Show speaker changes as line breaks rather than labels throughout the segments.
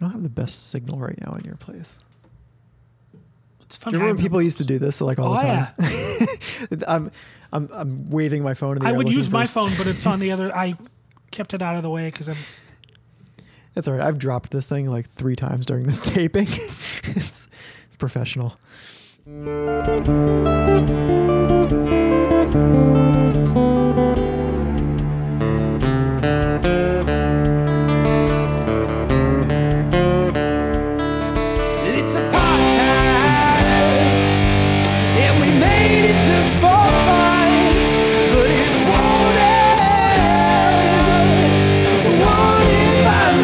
You don't have the best signal right now in your place.
It's
Do
fun.
you remember when
having-
people used to do this like all
Oh,
the time? I'm, I'm, I'm waving my phone in the
I
air
would
looking
use
for
my
a s-
phone, but it's on the other. I kept it out of the way because I'm.
That's all right. I've dropped this thing like three times during this taping. it's professional.
It's a podcast, and we made it just for fun. But it's wanted, wanted by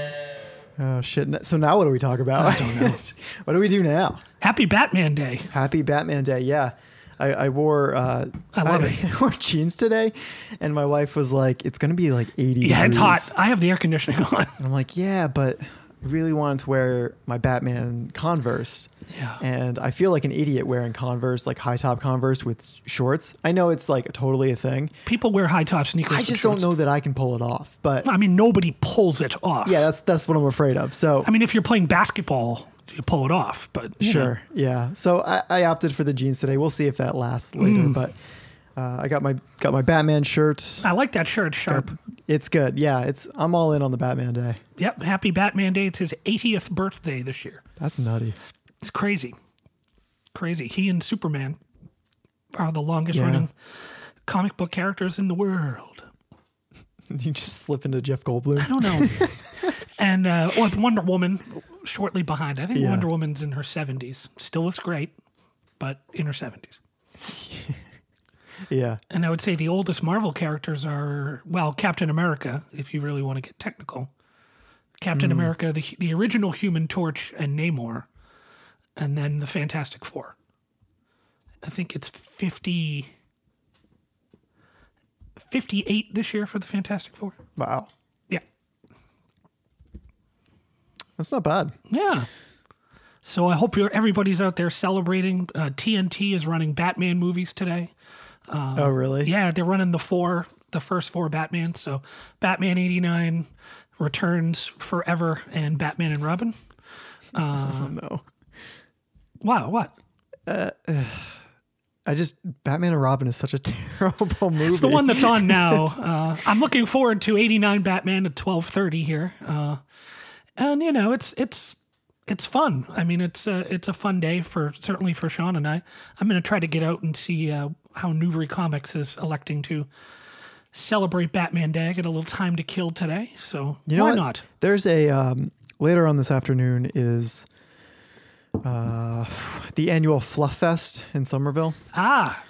none.
Oh shit! N- So now what do we talk about? what do we do now?
Happy Batman Day.
Happy Batman Day! Yeah, I, I wore uh,
I love it.
I wore jeans today, and my wife was like, "It's gonna be like 80."
Yeah, it's hot.
degrees."
I have the air conditioning on.
And I'm like, "Yeah, but I really wanted to wear my Batman Converse."
Yeah.
And I feel like an idiot wearing Converse, like high top Converse with s- shorts. I know it's like totally a thing.
People wear high top sneakers.
I
with
just don't
shorts.
know that I can pull it off. But
I mean, nobody pulls it off.
yeah, that's that's what I'm afraid of. So
I mean, if you're playing basketball, you pull it off. But you know.
Sure. Yeah. So I, I opted for the jeans today. We'll see if that lasts later.
Mm.
But uh, I got my got my Batman shirt.
I like that shirt, sharp.
It's good. Yeah. It's I'm all in on the Batman day.
Yep. Happy Batman Day. It's his 80th birthday this year.
That's nutty.
It's crazy. Crazy. He and Superman are the longest
Yeah.
running comic book characters in the world.
You just slip into Jeff
I
Goldblum.
don't know. and uh, with Wonder Woman shortly behind. I think
Yeah.
Wonder Woman's in her 70s. Still looks great, but in her 70s.
Yeah.
And I would say the oldest Marvel characters are, well, Captain America, if you really want to get technical. Captain America, the, the original Human Torch, and Namor, and then the Fantastic Four. I think it's 50, 58 this year for the Fantastic Four.
Wow.
Yeah.
That's not bad.
Yeah. So I hope you're, everybody's out there celebrating. Uh, TNT is running Batman movies today.
oh really?
Yeah, they're running the four, the first four Batman. So Batman '89 returns forever, and Batman and Robin.
Oh, no.
Wow, what?
I just Batman and Robin is such a terrible movie.
It's the one that's on now. Uh, I'm looking forward to '89 Batman at 12:30 here, uh, and you know it's it's it's fun. I mean, it's a, it's a fun day for certainly for Sean and I. I'm gonna try to get out and see uh, how Newbury Comics is electing to celebrate Batman Day. I got a little time to kill today, so
You know
why
what?
not?
There's a um, later on this afternoon is uh, the annual Fluff Fest in Somerville.
Ah,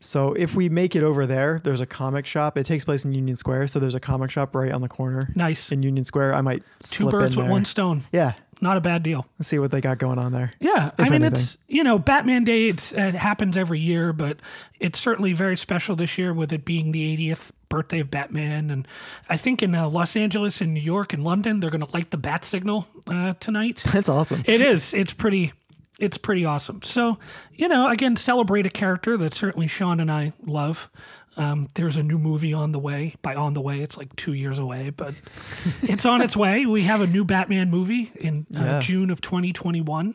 So if we make it over there, there's a comic shop. It takes place in Union Square, so there's a comic shop right on the corner.
Nice.
In Union Square, I might
two
slip
birds
in
with
there.
one stone.
Yeah,
Not a bad deal.
let's see what they got going on there.
Yeah, I mean
anything.
it's you know Batman Day. It's, it happens every year, but it's certainly very special this year with it being the 80th birthday of Batman. And I think in uh, Los Angeles and New York and London, they're going to light the bat signal uh, tonight.
That's awesome.
it is. It's pretty. It's pretty awesome. So you know, again, celebrate a character that certainly Sean and I love. Um, there's a new movie on the way. By on the way, it's like two years away, but it's on its way. We have a new Batman movie in uh,
Yeah.
June of 2021.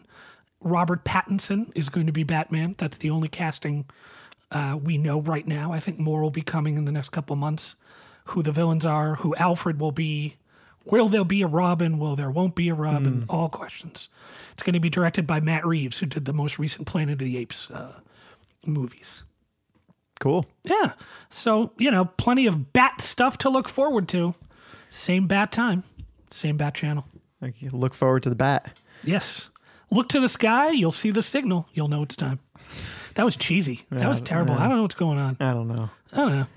Robert Pattinson is going to be Batman. That's the only casting uh, we know right now. I think more will be coming in the next couple months. Who the villains are, who Alfred will be, will there be a Robin, will there won't be a Robin, all questions. It's going to be directed by Matt Reeves, who did the most recent Planet of the Apes uh, movies.
Cool.
Yeah. So, you know, plenty of bat stuff to look forward to. Same bat time, same bat channel.
I can look forward to the bat.
Yes. Look to the sky, you'll see the signal. You'll know it's time. That was cheesy. that was terrible. I don't know what's going on.
I don't know.
I don't know.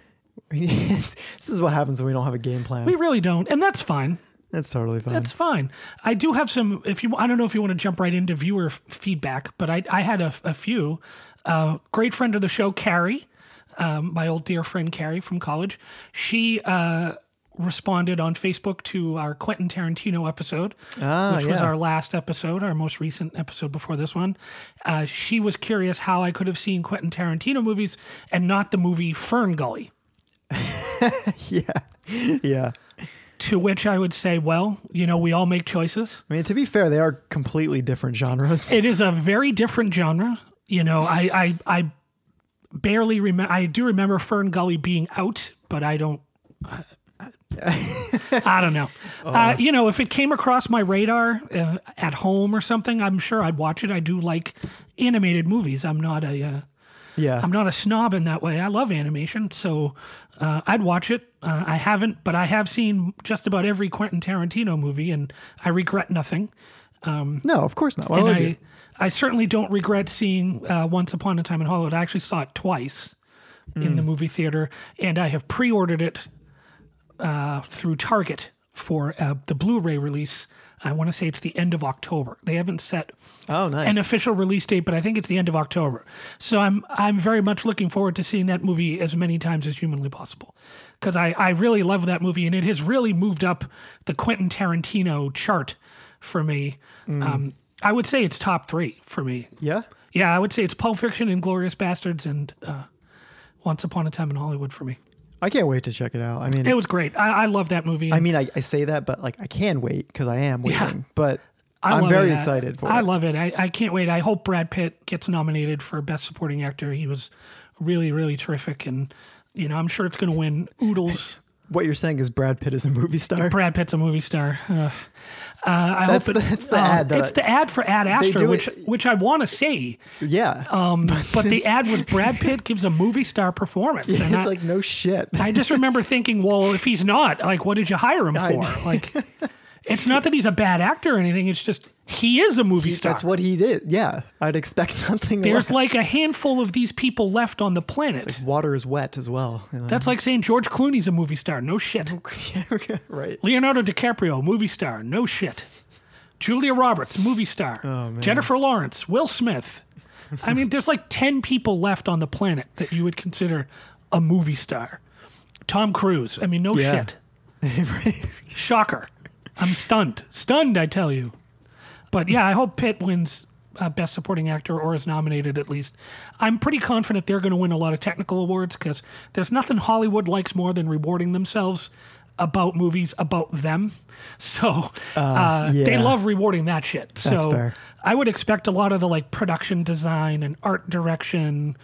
this is what happens when we don't have a game plan.
We really don't. And that's
Mm.
fine.
that's totally fine.
That's fine. I do have some. If you, I don't know if you want to jump right into viewer f- feedback, but I, I had a, a few. Uh, great friend of the show, Carrie, um, my old dear friend Carrie from college. She uh, responded on Facebook to our Quentin Tarantino episode,
Ah,
which was
yeah.
our last episode, our most recent episode before this one. Uh, she was curious how I could have seen Quentin Tarantino movies and not the movie Fern Gully.
yeah, yeah.
To which I would say, well, you know, we all make choices.
I mean, to be fair, they are completely different genres.
It is a very different genre. You know, I I, I barely remember. I do remember Fern Gully being out, but I don't. I, I don't know. Uh, you know, if it came across my radar uh, at home or something, I'm sure I'd watch it. I do like animated movies. I'm not a uh,
yeah,
I'm not a snob in that way. I love animation, so uh, I'd watch it. Uh, I haven't, but I have seen just about every Quentin Tarantino movie, and I regret nothing.
no, of course not. Why
and
would
I,
you?
I certainly don't regret seeing uh, Once Upon a Time in Hollywood. I actually saw it twice in the movie theater, and I have pre-ordered it uh, through Target for uh, the Blu-ray release. I want to say it's the end of October. They haven't set
Oh, nice.
an official release date, but I think it's the end of October. So I'm I'm very much looking forward to seeing that movie as many times as humanly possible, because I I really love that movie and it has really moved up the Quentin Tarantino chart for me. Um, I would say it's top three for me.
yeah,
Yeah, I would say it's Pulp Fiction, Inglorious Bastards, and uh, Once Upon a Time in Hollywood for me.
I can't wait to check it out. I mean,
It was great. I, I love that movie.
I mean, I, I say that, but like I can wait because I am waiting. But
I
I'm
love
very
it. I-
excited for
I
it.
love it. I, I can't wait. I hope Brad Pitt gets nominated for Best Supporting Actor. He was really, really terrific. And, you know, I'm sure it's going to win oodles.
what you're saying is Brad Pitt is a movie star.
Brad Pitt's a movie star. Uh, uh, I
That's
hope
the-
it- um,
that's the ad that
it's
I-
the ad for Ad Astra,
do
which,
it-
which I want to see.
yeah,
Um, but the ad was Brad Pitt gives a movie star performance.
it's
and I,
like no shit.
I just remember thinking, well, if he's not, like, what did you hire him
I-
for? Like, it's not that he's a bad actor or anything. It's just he is a movie star.
That's what he did. Yeah, I'd expect nothing. less.
There's like a handful of these people left on the planet.
water is wet as well. you know?
That's like saying George Clooney's a movie star. No shit.
right.
Leonardo DiCaprio, movie star. No shit. Julia Roberts, movie star. Jennifer Lawrence, Will Smith. I mean, there's like 10 people left on the planet that you would consider a movie star. Tom Cruise. I mean, no
Yeah.
shit. Shocker. I'm stunned. Stunned, I tell you. But yeah, I hope Pitt wins uh, Best Supporting Actor or is nominated at least. I'm pretty confident they're going to win a lot of technical awards because there's nothing Hollywood likes more than rewarding themselves about movies about them. So uh, they
yeah.
love rewarding that shit. So
fair.
I would expect a lot of the like production design and art direction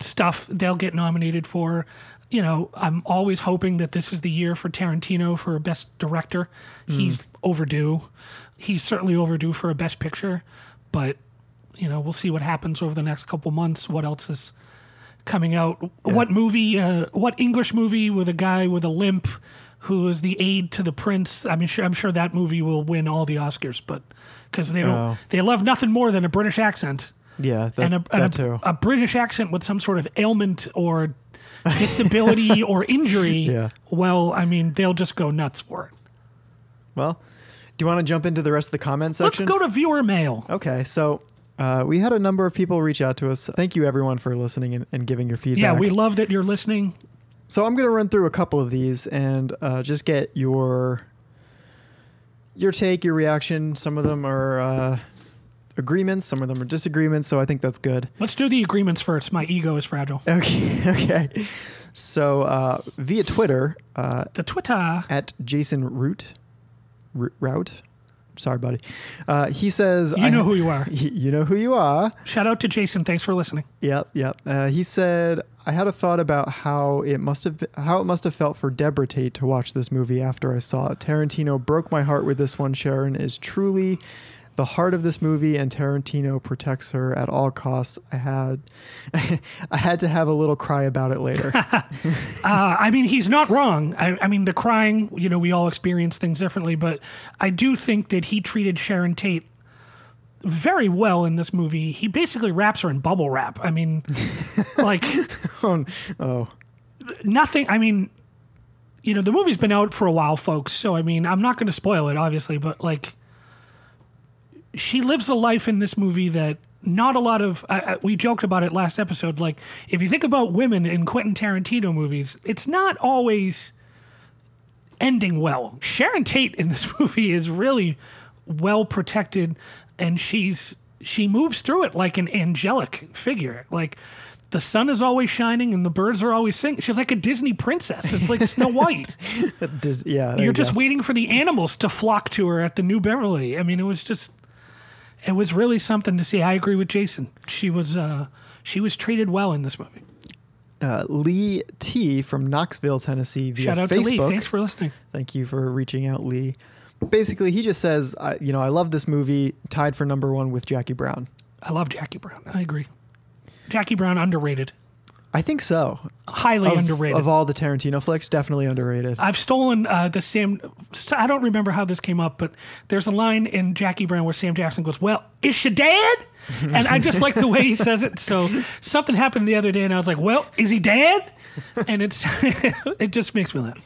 stuff they'll get nominated for. You know, I'm always hoping that this is the year for Tarantino for a best director. He's overdue. He's certainly overdue for a best picture, but you know, we'll see what happens over the next couple months. What else is coming out? What movie? Uh, what English movie with a guy with a limp who is the aide to the prince? I mean, sure, I'm sure that movie will win all the Oscars, but because they don't,
Oh.
they love nothing more than a British accent
Yeah, that,
and, a, and
that
a-
too.
a British accent with some sort of ailment or disability or injury,
Yeah.
well, I mean, they'll just go nuts for it.
well, do you want to jump into the rest of the comment
Let's
section?
go to viewer mail.
Okay, so uh, we had a number of people reach out to us. Thank you, everyone, for listening and, and giving your feedback.
Yeah, we love that you're listening.
So I'm going to run through a couple of these and uh, just get your your take, your reaction. Some of them are uh, agreements, some of them are disagreements. So I think that's good.
Let's do the agreements first. My ego is fragile.
Okay, okay. So uh, via Twitter uh,
The Twitter.
at Jason Root, Ru- Rout. Sorry, buddy. Uh, he says,
You know who you are.
You know who you are.
Shout out to Jason. Thanks for listening.
Yep, yep. Uh, he said, "I had a thought about how it must have how it must have felt for Deborah Tate to watch this movie after I saw it. Tarantino broke my heart with this one. Sharon is truly the heart of this movie, and Tarantino protects her at all costs. I had, I had to have a little cry about it later.
Uh, I mean, he's not wrong. I, I mean, the crying, you know, we all experience things differently, but I do think that he treated Sharon Tate very well in this movie. He basically wraps her in bubble wrap. I mean, like,
oh, oh,
nothing. I mean, you know, the movie's been out for a while, folks. So, I mean, I'm not going to spoil it, obviously, but like, she lives a life in this movie that not a lot of. I I- we joked about it last episode. Like, if you think about women in Quentin Tarantino movies, it's not always ending well. Sharon Tate in this movie is really well protected, and she's she moves through it like an angelic figure. Like the sun is always shining and the birds are always singing. She's like a Disney princess. It's like Snow White.
That does- yeah, there
You're
you
just
go.
waiting for the animals to flock to her at the New Beverly. I mean, it was just, it was really something to see. I agree with Jason. She was, uh, she was treated well in this movie.
uh, Lee T from Knoxville, Tennessee, via
Shout out
Facebook.
to Lee. Thanks for listening.
Thank you for reaching out, Lee. Basically, he just says, I, you know, I love this movie, tied for number one with Jackie Brown.
I love Jackie Brown. I agree. Jackie Brown underrated,
I think so.
highly
Of-
underrated.
Of all the Tarantino flicks, definitely underrated.
I've stolen uh, the Sam. I don't remember how this came up, but there's a line in Jackie Brown where Sam Jackson goes, "Well, is she dead?" And I just like the way he says it. So something happened the other day, and I was like, "Well, is he dead?" And it's it just makes me laugh.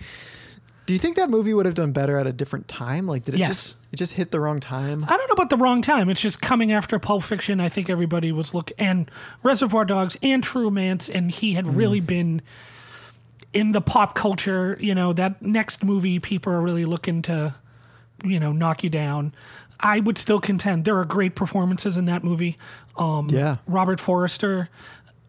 Do you think that movie would have done better at a different time? Like, did it
Yes. Um,
just it just hit the wrong time?
I don't know about the wrong time. It's just coming after Pulp Fiction. I think everybody was look and Reservoir Dogs and True Romance, and he had really been in the pop culture. You know that next movie, people are really looking to, you know, knock you down. I would still contend there are great performances in that movie. Um,
Yeah.
Robert Forrester,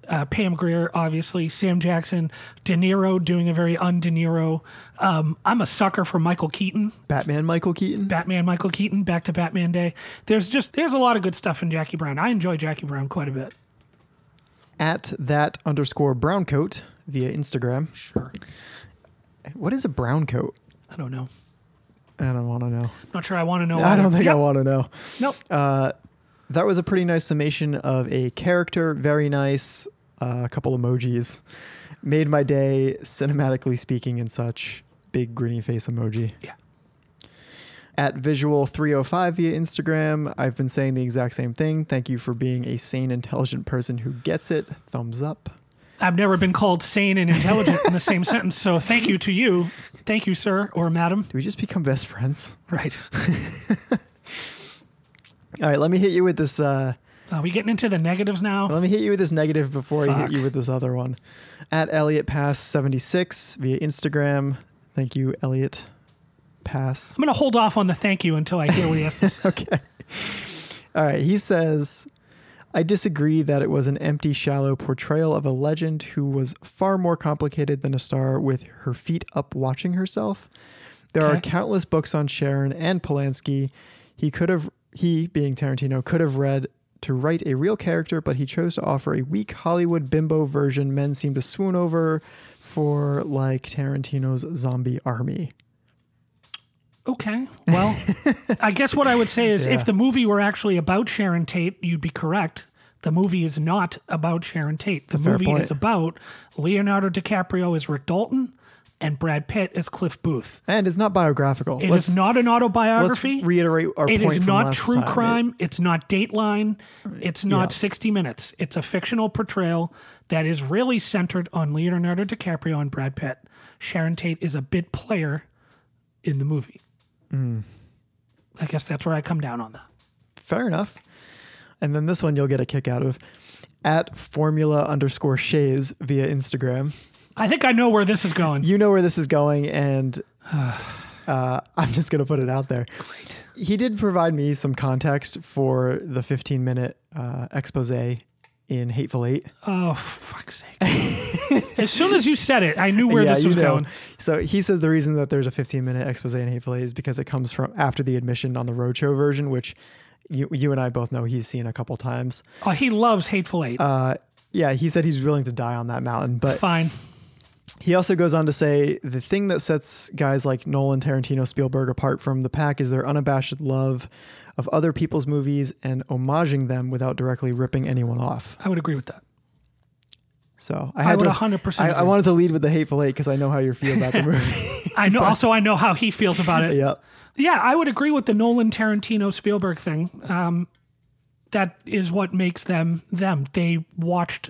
uh, Pam Grier, obviously, Sam Jackson, De Niro doing a very un De Niro. Um, I'm a sucker for Michael Keaton.
Batman, Michael Keaton.
Batman Michael Keaton back to Batman Day. There's just there's a lot of good stuff in Jackie Brown. I enjoy Jackie Brown quite a bit.
at that underscore brown coat via Instagram.
Sure.
What is a brown coat?
I don't know.
I don't want to know.
Not sure I want to know.
I don't think I
Yep.
want to know.
Nope.
That was a pretty nice summation of a character. Very nice. Uh, a couple emojis. Made my day, cinematically speaking, and such. Big grinny face emoji.
yeah.
At visual305 via Instagram, I've been saying the exact same thing. Thank you for being a sane, intelligent person who gets it. Thumbs up.
I've never been called sane and intelligent in the same sentence. So thank you to you. Thank you, sir or madam.
Do we just become best friends?
Right.
All right, let me hit you with this. Uh,
Are we getting into the negatives now?
Let me hit you with this negative before I hit
Fuck.
you with this other one. At Elliot Pass seventy six via Instagram. Thank you, Elliot Pass.
I'm gonna hold off on the thank you until I hear what he has to say.
Okay. All right. He says, I disagree that it was an empty, shallow portrayal of a legend who was far more complicated than a star with her feet up watching herself. There are
Okay.
countless books on Sharon and Polanski. He could have, he being Tarantino, could have read to write a real character, but he chose to offer a weak Hollywood bimbo version men seem to swoon over for, like Tarantino's zombie army.
Okay. Well, I guess what I would say is if the movie were actually about Sharon Tate, you'd be correct. The movie is not about Sharon Tate. The
fair
movie
point.
is about Leonardo DiCaprio as Rick Dalton and Brad Pitt as Cliff Booth.
And it's not biographical.
It is
Let's-
not an
Let's
autobiography.
reiterate our
It
point
is
from
not
last
true
time. It-
crime. it's not Dateline. It's not
Yeah.
60 Minutes. It's a fictional portrayal that is really centered on Leonardo DiCaprio and Brad Pitt. Sharon Tate is a bit player in the movie.
Hmm.
I guess that's where I come down on that.
Fair enough. And then this one you'll get a kick out of at formula underscore shays via Instagram.
I think I know where this is going.
You know where this is going, and uh, I'm just going to put it out there. He did provide me some context for the 15 minute uh, expose in Hateful Eight.
oh, fuck's sake. as soon as you said it, I knew where this
you
was
know.
going.
So he says the reason that there's a 15 minute expose in Hateful Eight is because it comes from after the admission on the roadshow version, which you, you and I both know he's seen a couple times.
Oh, he loves Hateful Eight.
Uh, yeah, he said he's willing to die on that mountain, but
Fine.
He also goes on to say the thing that sets guys like Nolan, Tarantino, Spielberg apart from the pack is their unabashed love of other people's movies and homaging them without directly ripping anyone off.
I would agree with that.
So I had
would
to
100%
I, I
agree.
wanted to lead with the hateful eight because I know how you feel about the movie.
I know. Also, I know how he feels about it.
yep.
Yeah, I would agree with the Nolan Tarantino Spielberg thing. Um, that is what makes them them. They watched,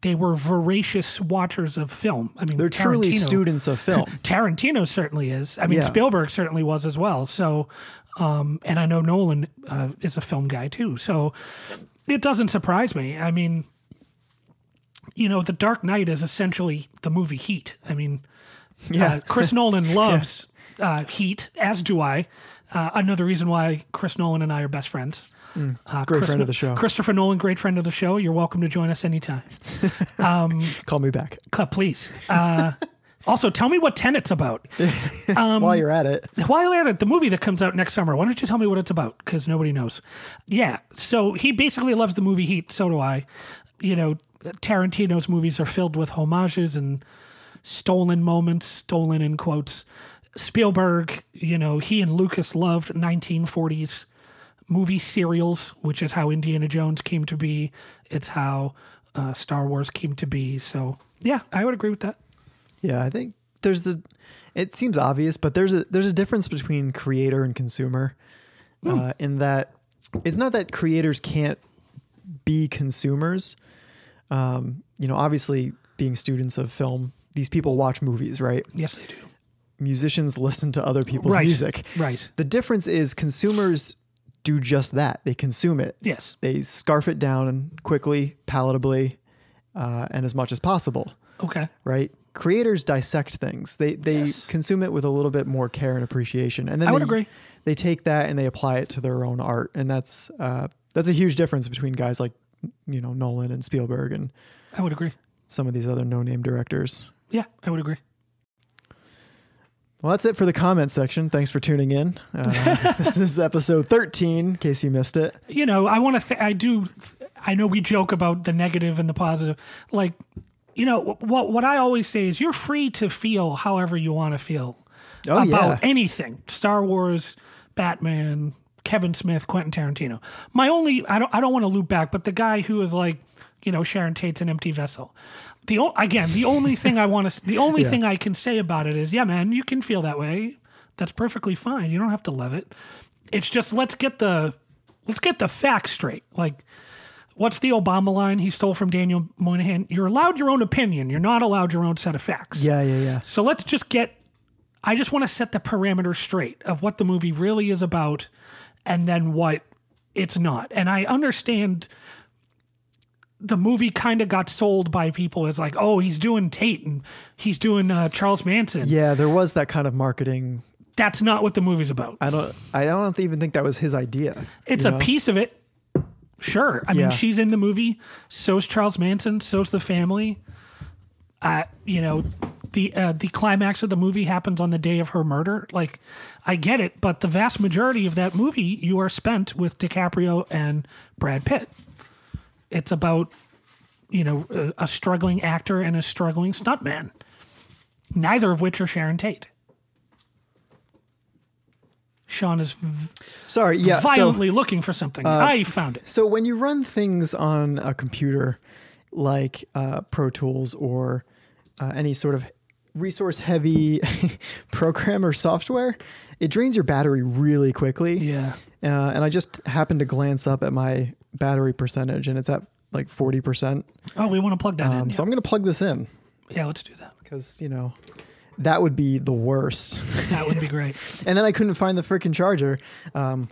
they were voracious watchers of film. I mean,
They're truly
Tarantino-
students of film.
Tarantino certainly is. I mean,
Yeah.
Spielberg certainly was as well. So, um, and I know Nolan uh, is a film guy too. So it doesn't surprise me. I mean, you know, The Dark Knight is essentially the movie Heat. I mean,
Yeah.
uh, Chris Nolan loves uh, Heat, as do I. Uh, another reason why Chris Nolan and I are best friends. Uh,
Mm. great
Chris
friend of
No-
the show.
Christopher Nolan, great friend of the show. You're welcome to join us anytime.
Call me back
C- Please. Uh, also, tell me what Tenet's about. Um,
while you're at it.
While we're at it, the movie that comes out next summer, why don't you tell me what it's about? Because nobody knows. Yeah. So he basically loves the movie Heat. So do I. You know, Tarantino's movies are filled with homages and stolen moments, stolen in quotes. Spielberg, you know, he and Lucas loved 1940s movie serials, which is how Indiana Jones came to be. It's how uh, Star Wars came to be. So, yeah, I would agree with that.
Yeah, I think there's the. It seems obvious, but there's a there's a difference between creator and consumer,
Hmm.
uh, in that it's not that creators can't be consumers. Um, you know, obviously, being students of film, these people watch movies, right?
Yes, they do.
Musicians listen to other people's
Right.
music.
Right.
The difference is consumers do just that; they consume it.
Yes.
They scarf it down quickly, palatably, uh, and as much as possible
Okay.
right? Creators dissect things. They they
Yes.
consume it with a little bit more care and appreciation, and then
I would
they,
agree.
They take that and they apply it to their own art, and that's uh, that's a huge difference between guys like you know Nolan and Spielberg and
I would agree.
some of these other no-name directors.
Yeah, I would agree.
Well, that's it for the comment section. Thanks for tuning in. Uh, this is episode 13, in case you missed it.
you know, I want to. Th- I do. Th- I know we joke about the negative and the positive. Like, you know, wh- what what I always say is you're free to feel however you want to feel
Oh, yeah.
about anything. Star Wars, Batman, Kevin Smith, Quentin Tarantino. My only. I don't. I don't want to loop back, but the guy who is like, you know, Sharon Tate's an empty vessel. The o- again, the only thing I want to. The only thing I can say about it is, yeah, man, you can feel that way. That's perfectly fine. You don't have to love it. It's just let's get the let's get the facts straight. Like, what's the Obama line he stole from Daniel Moynihan? You're allowed your own opinion. You're not allowed your own set of facts.
Yeah, yeah, yeah.
So let's just get. I just want to set the parameters straight of what the movie really is about, and then what it's not. And I understand the movie kind of got sold by people as like, oh, he's doing Tate and he's doing uh, Charles Manson.
Yeah, there was that kind of marketing.
That's not what the movie's about.
I don't I don't even think that was his idea.
It's a piece of it. Sure. I
Yeah.
mean, she's in the movie. So's Charles Manson. So's the family. Uh, you know, the uh, the climax of the movie happens on the day of her murder. Like, I get it, but the vast majority of that movie you are spent with DiCaprio and Brad Pitt. It's about you know a- a struggling actor and a struggling stuntman, neither of which are Sharon Tate. Sean is
Sorry, yeah. so- uh,
violently looking for something. I found it.
So when you run things on a computer, like uh, Pro Tools or uh, any sort of resource-heavy program or software, it drains your battery really quickly.
Yeah.
Uh, and I just happened to glance up at my battery percentage, and it's at like forty percent.
Oh, we want to plug that in.
Um,
Yeah.
so I'm gonna plug this in
yeah, let's do that.
because you know that would be the worst.
That would be great.
and then I couldn't find the freaking charger. Um,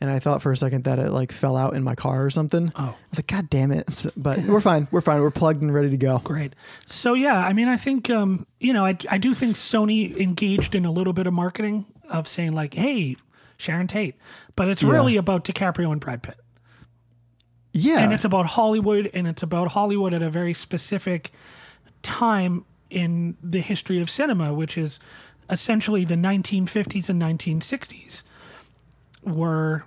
and I thought for a second that it like fell out in my car or something. Oh, I was like, God damn it! So- But we're fine. We're fine. We're plugged and ready to go.
Great. So yeah, I mean, I think um, you know, I I do think Sony engaged in a little bit of marketing of saying like, hey, Sharon Tate, but it's really about DiCaprio and Brad Pitt,
Yeah,
and it's about Hollywood, and it's about Hollywood at a very specific time in the history of cinema, which is essentially the 1950s and 1960s were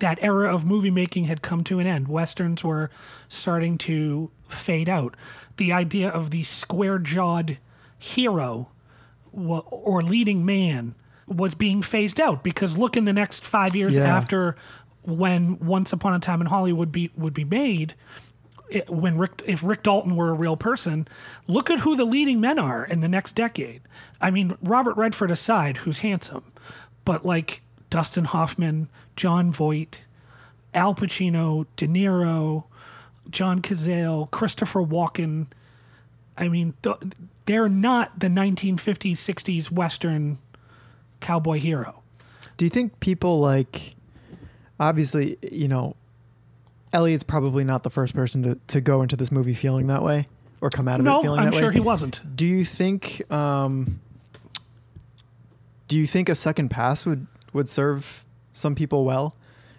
that era of movie making had come to an end. Westerns were starting to fade out. The idea of the square jawed hero wa- or leading man was being phased out because look in the next five years
Yeah.
after when Once Upon a Time in Hollywood be, would be made. It, when Rick, if Rick Dalton were a real person, look at who the leading men are in the next decade. I mean, Robert Redford aside, who's handsome, but like Dustin Hoffman, John Voight, Al Pacino, De Niro, John Cazale, Christopher Walken. I mean, th- they're not the 1950s, 60s Western cowboy hero.
Do you think people like, obviously, you know, Elliot's probably not the first person to to go into this movie feeling that way or come out of it
No,
feeling
I'm
that way.
sure he wasn't.
Do you think? Um, do you think a second pass would would serve some people well.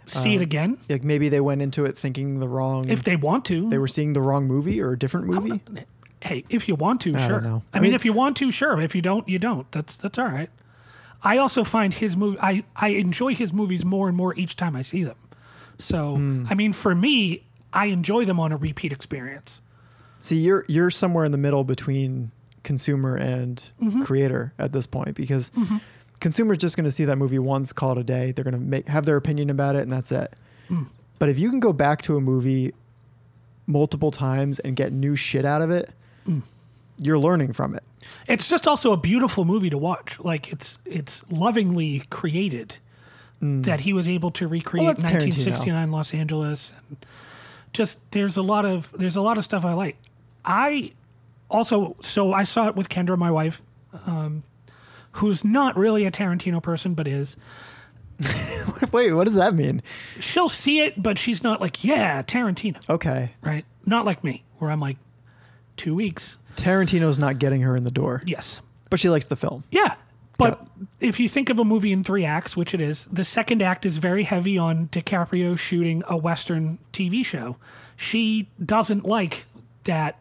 See
Uh,
it again
Like maybe they went into it thinking the wrong.
if they want to.
they were seeing the wrong movie or a different movie.
hey, if you want to,
don't
sure.
know.
I,
I
mean,
mean-
if you want to, sure. If you don't, you don't. That's that's all right. I also find his movie. I I enjoy his movies more and more each time I see them. So
Hmm.
I mean, for me, I enjoy them on a repeat experience.
See, you're you're somewhere in the middle between consumer and creator at this point because consumers just going to see that movie once, call it a day. They're going to make have their opinion about it, and that's it. But if you can go back to a movie multiple times and get new shit out of it, you're learning from it.
It's just also a beautiful movie to watch. Like it's it's lovingly created that he was able to recreate
Mm. Well, that's
1969 Los Angeles and just there's a lot of there's a lot of stuff I like. I also so I saw it with Kendra, my wife, um, who's not really a Tarantino person but is.
Wait, what does that mean?
She'll see it, but she's not like yeah Tarantino,
Okay,
right? Not like me where I'm like two weeks.
Tarantino's not getting her in the door,
Yes,
but she likes the film.
Yeah. But if you think of a movie in three acts, which it is, the second act is very heavy on DiCaprio shooting a Western TV show. She doesn't like that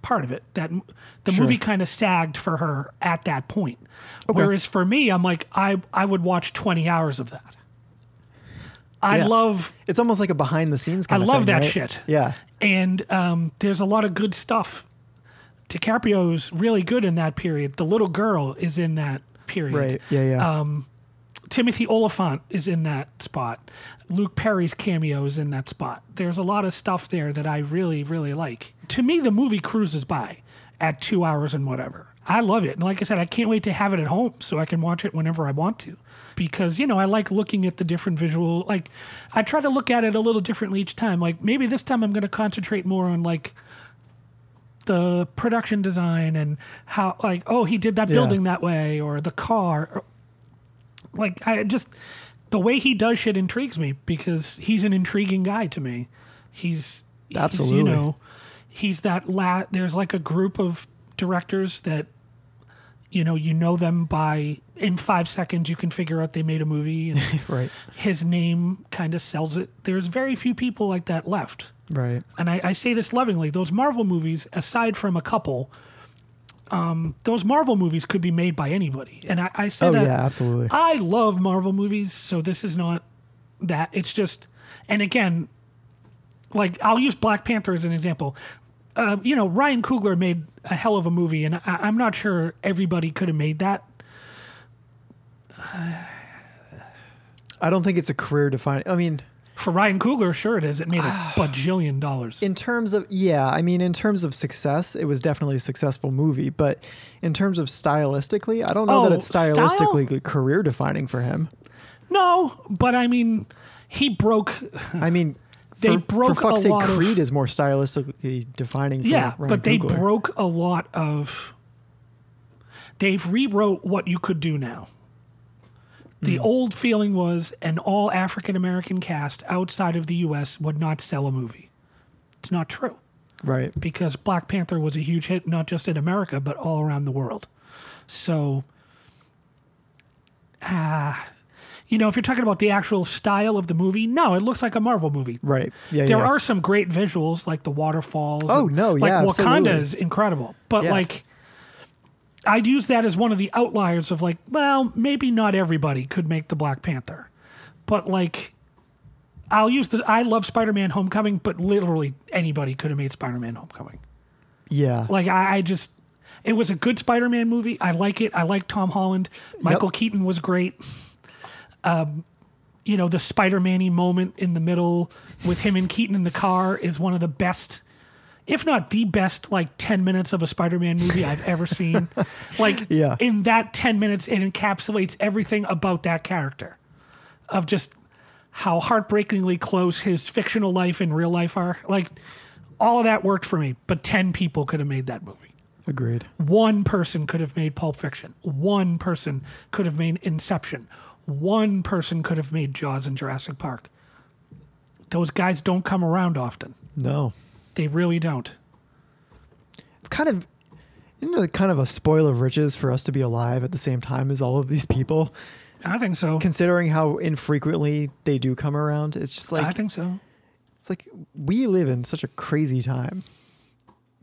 part of it. That m- the movie kind of sagged for her at that point. Whereas for me, I'm like, I I would watch 20 hours of that. I
Yeah.
love
It's almost like a behind the scenes. Kind
I
of
love
thing,
that
right?
shit.
Yeah,
and um, there's a lot of good stuff. DiCaprio's really good in that period. The little girl is in that period.
right. Yeah, yeah.
Timothy Oliphant is in that spot. Luke Perry's cameo is in that spot. There's a lot of stuff there that I really, really like. To me, the movie cruises by at two hours and whatever. I love it. And like I said, I can't wait to have it at home so I can watch it whenever I want to. Because, you know, I like looking at the different visual. Like, I try to look at it a little differently each time. Like, maybe this time I'm going to concentrate more on, like, the production design and how, like, oh, he did that
Yeah.
building that way or the car or like I just the way he does shit intrigues me because he's an intriguing guy to me. He's he's,
Absolutely.
you know he's that la- there's like a group of directors that you know you know them by in 5 seconds you can figure out they made a movie and
right,
his name kind of sells it. There's very few people like that left
right.
and I, I say this lovingly, those Marvel movies, aside from a couple, um, those Marvel movies could be made by anybody. And I, I say
Oh,
that
yeah, absolutely.
I love Marvel movies, so this is not that. It's just, and again, like I'll use Black Panther as an example. Uh, you know, Ryan Coogler made a hell of a movie, and I, I'm not sure everybody could have made that.
I don't think it's a career defining. I mean,
For Ryan Coogler, sure it is. It made a bajillion dollars.
in terms of yeah, I mean, in terms of success, it was definitely a successful movie. But in terms of stylistically, I don't know
Oh,
that it's
style?
stylistically career defining for him.
no, but I mean, he broke
I mean,
They
for,
broke
for fuck's
a
sake,
lot of-
Creed is more stylistically defining. For
Yeah,
Ryan
but they
Coogler.
broke a lot of. They've rewrote what you could do now. The
Hmm.
old feeling was an all African American cast outside of the U.S. would not sell a movie. It's not true
right.
because Black Panther was a huge hit, not just in America, but all around the world. So, ah, you know, if you're talking about the actual style of the movie, no, it looks like a Marvel movie.
Right. Yeah.
There
yeah.
are some great visuals, like the waterfalls.
Oh,
and-
no,
like
yeah,
Wakanda
absolutely.
is incredible, but
Yeah.
like I'd use that as one of the outliers of like, well, maybe not everybody could make the Black Panther, but like I'll use the I love Spider-Man: Homecoming, but literally anybody could have made Spider-Man: Homecoming.
Yeah.
Like I, I just, it was a good Spider-Man movie. I like it. I like Tom Holland. Michael Keaton was great. Um, you know, the Spider-Man-y moment in the middle with him and Keaton in the car is one of the best, if not the best, like ten minutes of a Spider-Man movie I've ever seen. like
Yeah.
in that ten minutes, it encapsulates everything about that character, of just how heartbreakingly close his fictional life and real life are. Like all of that worked for me, but 10 people could have made that movie.
Agreed.
One person could have made Pulp Fiction. One person could have made Inception. One person could have made Jaws and Jurassic Park. Those guys don't come around often.
No.
They really don't.
It's kind of. You know, kind of a spoil of riches for us to be alive at the same time as all of these people.
I think so.
Considering how infrequently they do come around, it's just like
I think so.
it's like we live in such a crazy time.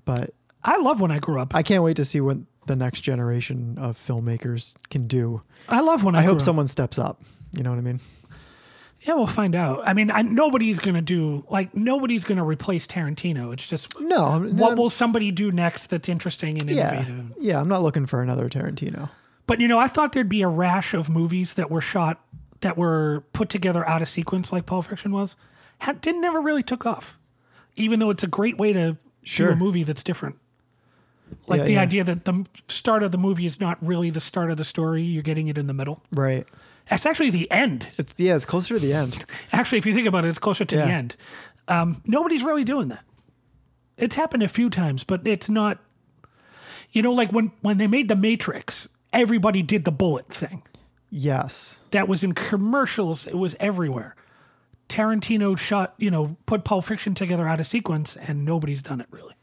But
I love when I grew up. I,
I can't wait to see what the next generation of filmmakers can do.
love when I,
I hope
grew up.
someone steps up. You know what I mean?
Yeah, we'll find out. I mean, I, nobody's gonna do like nobody's gonna replace Tarantino. It's just
No, I'm-
what
I'm-
will somebody do next that's interesting and
yeah,
innovative?
yeah. I'm not looking for another Tarantino.
But you know, I thought there'd be a rash of movies that were shot that were put together out of sequence, like Pulp Fiction was. Had, didn't never really took off, even though it's a great way to
Sure.
do a movie that's different. Like
Yeah,
the
yeah.
idea that the m- start of the movie is not really the start of the story; you're getting it in the middle.
Right.
It's actually the end.
It's yeah. It's closer to the end.
Actually, if you think about it, it's closer to the
Yeah.
end. Um, nobody's really doing that. It's happened a few times, but it's not. You know, like when when they made The Matrix, everybody did the bullet thing.
Yes.
That was in commercials. It was everywhere. Tarantino shot, you know, put Pulp Fiction together out of sequence, and nobody's done it really.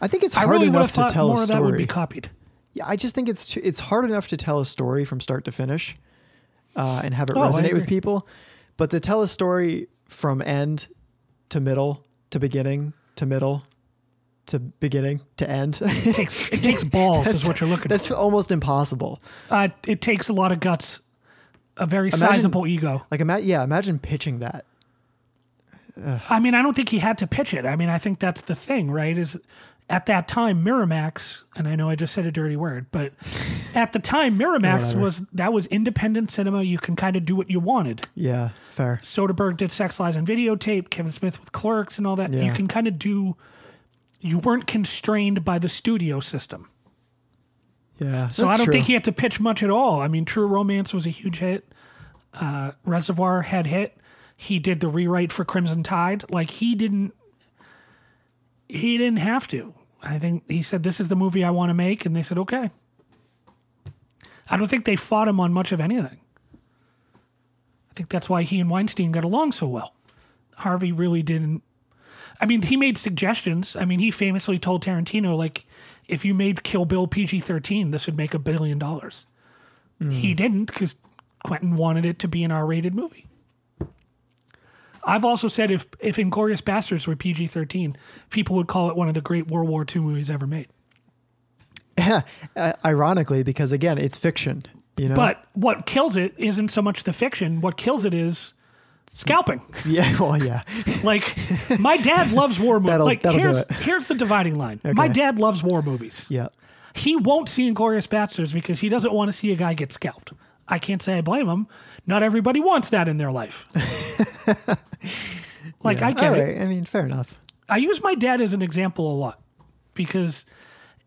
I think it's
I
hard
really would have
enough to
thought
tell
more
a
of
story.
that would be copied.
Yeah, I just think it's too, it's hard enough to tell a story from start to finish, uh, and have it
Oh, I
resonate
agree.
with people. But to tell a story from end to middle to beginning to middle to beginning to end,
It takes, it takes balls, is what you're looking for.
that's almost impossible.
Uh, it takes a lot of guts, a very
Imagine-
sizable ego.
Like, ima- yeah, imagine pitching that.
I mean, I don't think he had to pitch it. I mean, I think that's the thing, right? Is at that time Miramax, and I know I just said a dirty word, but at the time Miramax
Whatever.
was that was independent cinema. You can kind of do what you wanted.
Yeah, fair.
Soderbergh did Sex Lies and Videotape, Kevin Smith with Clerks and all that. You
Yeah.
can kind of do you weren't constrained by the studio system.
Yeah,
So I don't think he had to pitch much at all. I mean, True Romance was a huge hit. Uh, Reservoir had hit. He did the rewrite for Crimson Tide. Like he didn't. He didn't have to. I think he said, "This is the movie I want to make," and they said, "Okay." I don't think they fought him on much of anything. I think that's why he and Weinstein got along so well. Harvey really didn't. I mean, he made suggestions. I mean, he famously told Tarantino, like, if you made Kill Bill PG 13, this would make a billion dollars.
Hmm.
He didn't because Quentin wanted it to be an R rated movie. I've also said if, if Inglorious Bastards were PG 13, people would call it one of the great World War II movies ever made.
Uh, ironically, because again, it's fiction. You know.
But what kills it isn't so much the fiction, what kills it is scalping.
yeah, well, yeah,
Like my dad loves war movies.
That'll-
like
that'll do
here's
it.
here's the dividing line. My
Okay.
dad loves war movies.
yeah.
He won't see Inglorious Bastards because he doesn't want to see a guy get scalped. I can't say I blame him. Not everybody wants that in their life. like I get
All
it.
right. I mean, fair enough.
I use my dad as an example a lot because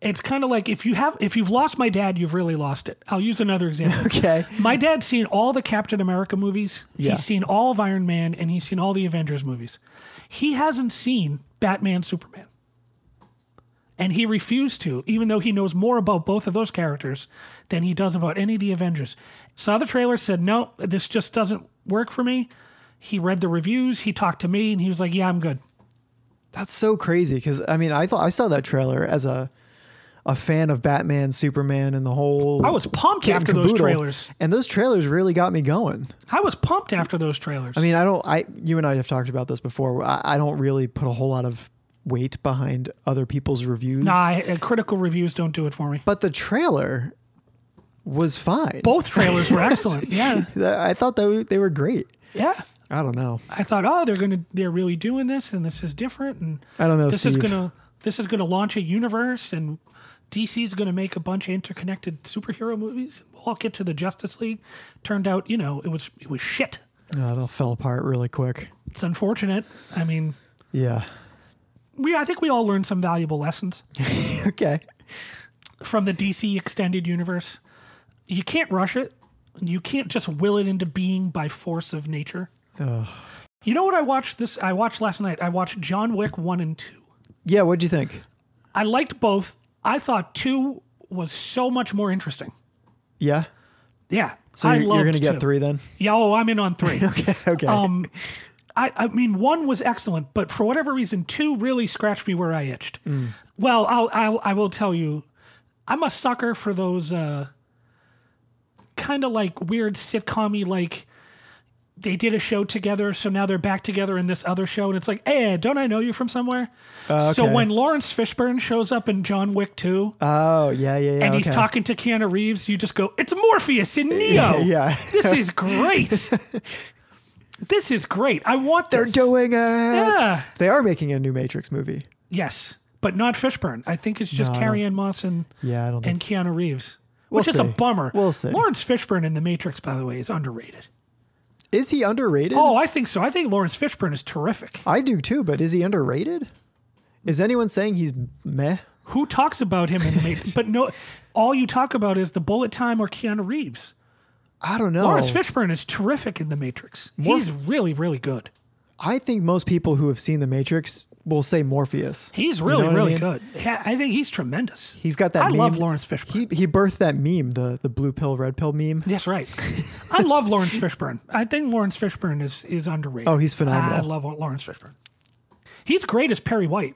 it's kind of like if you have if you've lost my dad, you've really lost it. I'll use another example.
Okay.
My dad's seen all the Captain America movies.
Yeah.
He's seen all of Iron Man and he's seen all the Avengers movies. He hasn't seen Batman Superman. And he refused to, even though he knows more about both of those characters than he does about any of the Avengers. Saw the trailer, said, no, this just doesn't work for me. He read the reviews, he talked to me, and he was like, yeah, I'm good.
That's so crazy because I mean I thought I saw that trailer as a a fan of Batman, Superman, and the whole.
I was pumped
kit and
after those
caboodle.
trailers.
and those trailers really got me going.
I was pumped after those trailers.
I mean, I don't. I you and I have talked about this before. I, I don't really put a whole lot of weight behind other people's reviews.
nah, I- uh, critical reviews don't do it for me.
But the trailer was fine.
Both trailers were excellent. Yeah,
I thought that they were great.
yeah.
I don't know.
I thought, oh, they're gonna, they're really doing this, and this is different, and
I don't know,
This is
Steve.
gonna, this is gonna launch a universe, and DC is gonna make a bunch of interconnected superhero movies. We'll all get to the Justice League. Turned out, you know, it was, it was shit.
No, it all fell Oh, apart really quick.
It's unfortunate. I mean,
Yeah.
we, I think we all learned some valuable lessons.
Okay.
from the DC extended universe. You can't rush it. You can't just will it into being by force of nature. You know what I watched this I watched last night? I watched John Wick 1 and 2.
Yeah. What'd you think?
I liked both. I thought 2 was so much more interesting.
Yeah.
Yeah.
So
I
you're,
loved
you're gonna get
2.
three then.
Yeah, oh, I'm in on 3.
Okay.
Um I, I mean, one was excellent, but for whatever reason, two really scratched me where I itched.
Mm.
Well, I'll, I'll I will tell you, I'm a sucker for those uh, kind of like weird sitcom like they did a show together, so now they're back together in this other show, and it's like, eh, don't I know you from somewhere? So
Uh, okay.
when Lawrence Fishburne shows up in John Wick 2
Oh yeah, yeah, yeah.
and he's
okay.
talking to Keanu Reeves, you just go, it's Morpheus in Neo.
yeah.
this is great. this is great. I want
They're
this.
doing it.
Yeah.
They are making a new Matrix movie.
Yes, but not Fishburne. I think it's just
No, I
Carrie Ann Moss and
Yeah, I don't
and
think.
Keanu Reeves,
We'll
which is a
see.
bummer.
We'll see.
Lawrence Fishburne in The Matrix, by the way, is underrated.
is he underrated?
Oh, I think so. I think Lawrence Fishburne is terrific.
I do too, but is he underrated? Is anyone saying he's meh?
Who talks about him in The Matrix? but no, all you talk about is the bullet time or Keanu Reeves.
I don't know.
Lawrence Fishburne is terrific in The Matrix. He's really, really good.
I think most people who have seen The Matrix will say Morpheus.
He's
You
really,
know what I
really
mean?
good. Yeah, I think he's tremendous.
He's got that.
I
meme.
love Lawrence Fishburne.
He he birthed that meme, the the blue pill, red pill meme.
Yes, right. I love Lawrence Fishburne. I think Lawrence Fishburne is is underrated.
Oh, he's phenomenal.
I love Lawrence Fishburne. He's great as Perry White.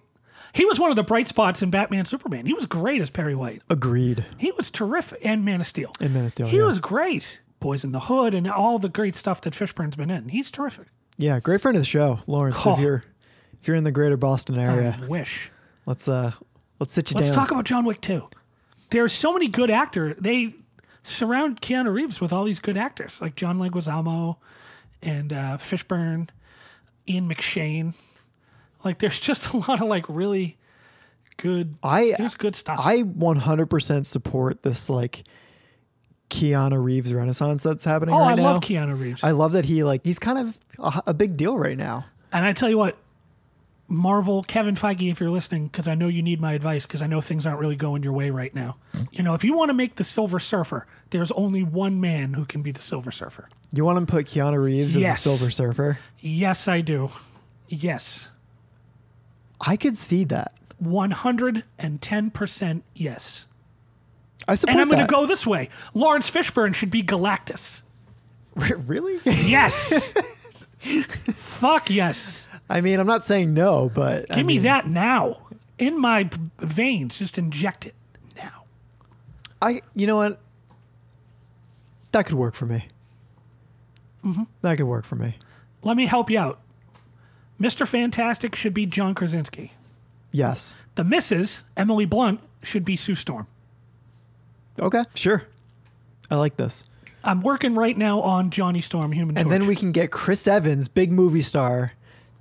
He was one of the bright spots in Batman Superman. He was great as Perry White.
Agreed.
He was terrific and Man of Steel.
And Man of Steel,
He
yeah.
was great. Boys in the Hood and all the great stuff that Fishburne's been in. He's terrific.
Yeah, great friend of the show, Lawrence.
Oh.
If you're if you're in the greater Boston area,
I wish.
let's uh let's sit you
Let's
down.
talk about John Wick 2. There are so many good actors. They surround Keanu Reeves with all these good actors, like John Leguizamo and uh, Fishburne, Ian McShane. Like, there's just a lot of like really good.
I
there's good stuff.
I 100% support this like Keanu Reeves renaissance that's happening
oh,
right
I
now.
love Keanu Reeves.
I love that he like he's kind of a, a big deal right now.
and I tell you what, Marvel, Kevin Feige, if you're listening, because I know you need my advice, because I know things aren't really going your way right now. You know, if you want to make the Silver Surfer, there's only one man who can be the Silver Surfer.
You want him to put Keanu Reeves
Yes.
as the Silver Surfer?
Yes, I do. Yes.
I could see that.
110% yes.
I support
And I'm going to
that.
go this way. Lawrence Fishburne should be Galactus.
really?
Yes. Fuck yes.
I mean, I'm not saying no, but I
Give me
mean,
that now. In my b- veins. Just inject it now.
I you know what? That could work for me.
Mm-hmm.
That could work for me.
Let me help you out. Mr. Fantastic should be John Krasinski.
Yes.
The Mrs. Emily Blunt should be Sue Storm.
Okay. Sure. I like this.
I'm working right now on Johnny Storm, Human
And
Torch.
then we can get Chris Evans, big movie star,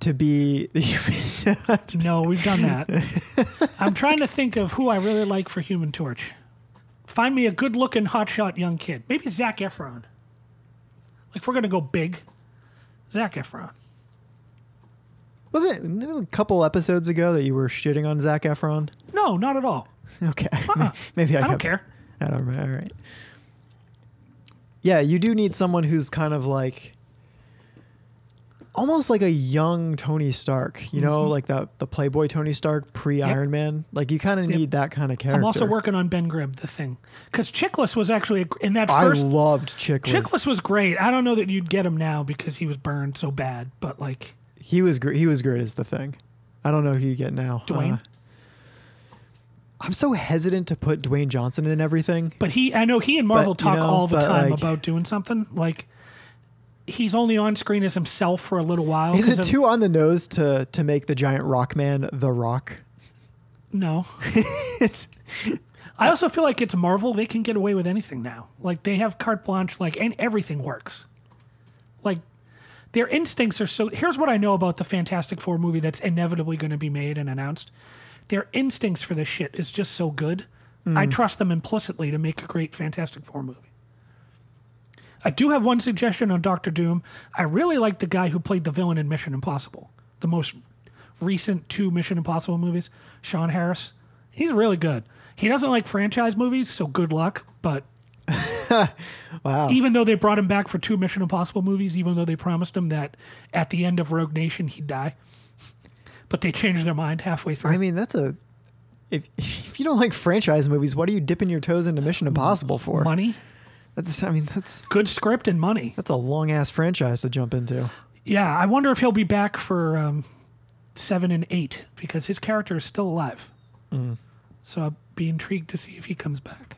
to be the
No, we've done that. I'm trying to think of who I really like for Human Torch. Find me a good looking, hotshot young kid. Maybe Zach Efron. Like, if we're going to go big, Zach Efron.
Wasn't it a couple episodes ago that you were shitting on Zach Efron?
No, not at all.
Okay. Maybe I,
Uh-uh. I don't
have-
care.
I don't remember. All right. Yeah, you do need someone who's kind of like almost like a young Tony Stark, you
Mm-hmm.
know, like the the Playboy Tony Stark pre Iron Man. Like you kind of need that kind of character.
I'm also working on Ben Grimm, the thing. Because Chickless was actually a, in that
I
first.
loved Chickless.
Chickless was great. I don't know that you'd get him now because he was burned so bad, but like,
He was gr- he was great as the thing. I don't know who you get now. uh,
Dwayne?
I'm so hesitant to put Dwayne Johnson in everything.
But he, I know he and Marvel
But, you
talk
know,
all the
but,
time
like-
about doing something. Like he's only on screen as himself for a little while.
Is
'cause
it
of-
too on the nose to to make the giant rock man the rock?
No. I also feel like it's Marvel. They can get away with anything now. Like they have carte blanche. Like and everything works. Like their instincts are so. Here's what I know about the Fantastic Four movie that's inevitably going to be made and announced. Their instincts for this shit is just so good. I
Hmm.
trust them implicitly to make a great Fantastic Four movie. I do have one suggestion on Doctor Doom. I really like the guy who played the villain in Mission Impossible, the most recent two Mission Impossible movies, Sean Harris. He's really good. He doesn't like franchise movies, so good luck. But
Wow.
even though they brought him back for two Mission Impossible movies, even though they promised him that at the end of Rogue Nation he'd die, but they changed their mind halfway through.
I mean, that's a if if you don't like franchise movies, what are you dipping your toes into Mission
Mm,
Impossible for?
money,
That's I mean, that's
good script, and money.
that's a long ass franchise to jump into.
Yeah, I wonder if he'll be back for um, seven and eight because his character is still alive. So I'll be intrigued to see if he comes back.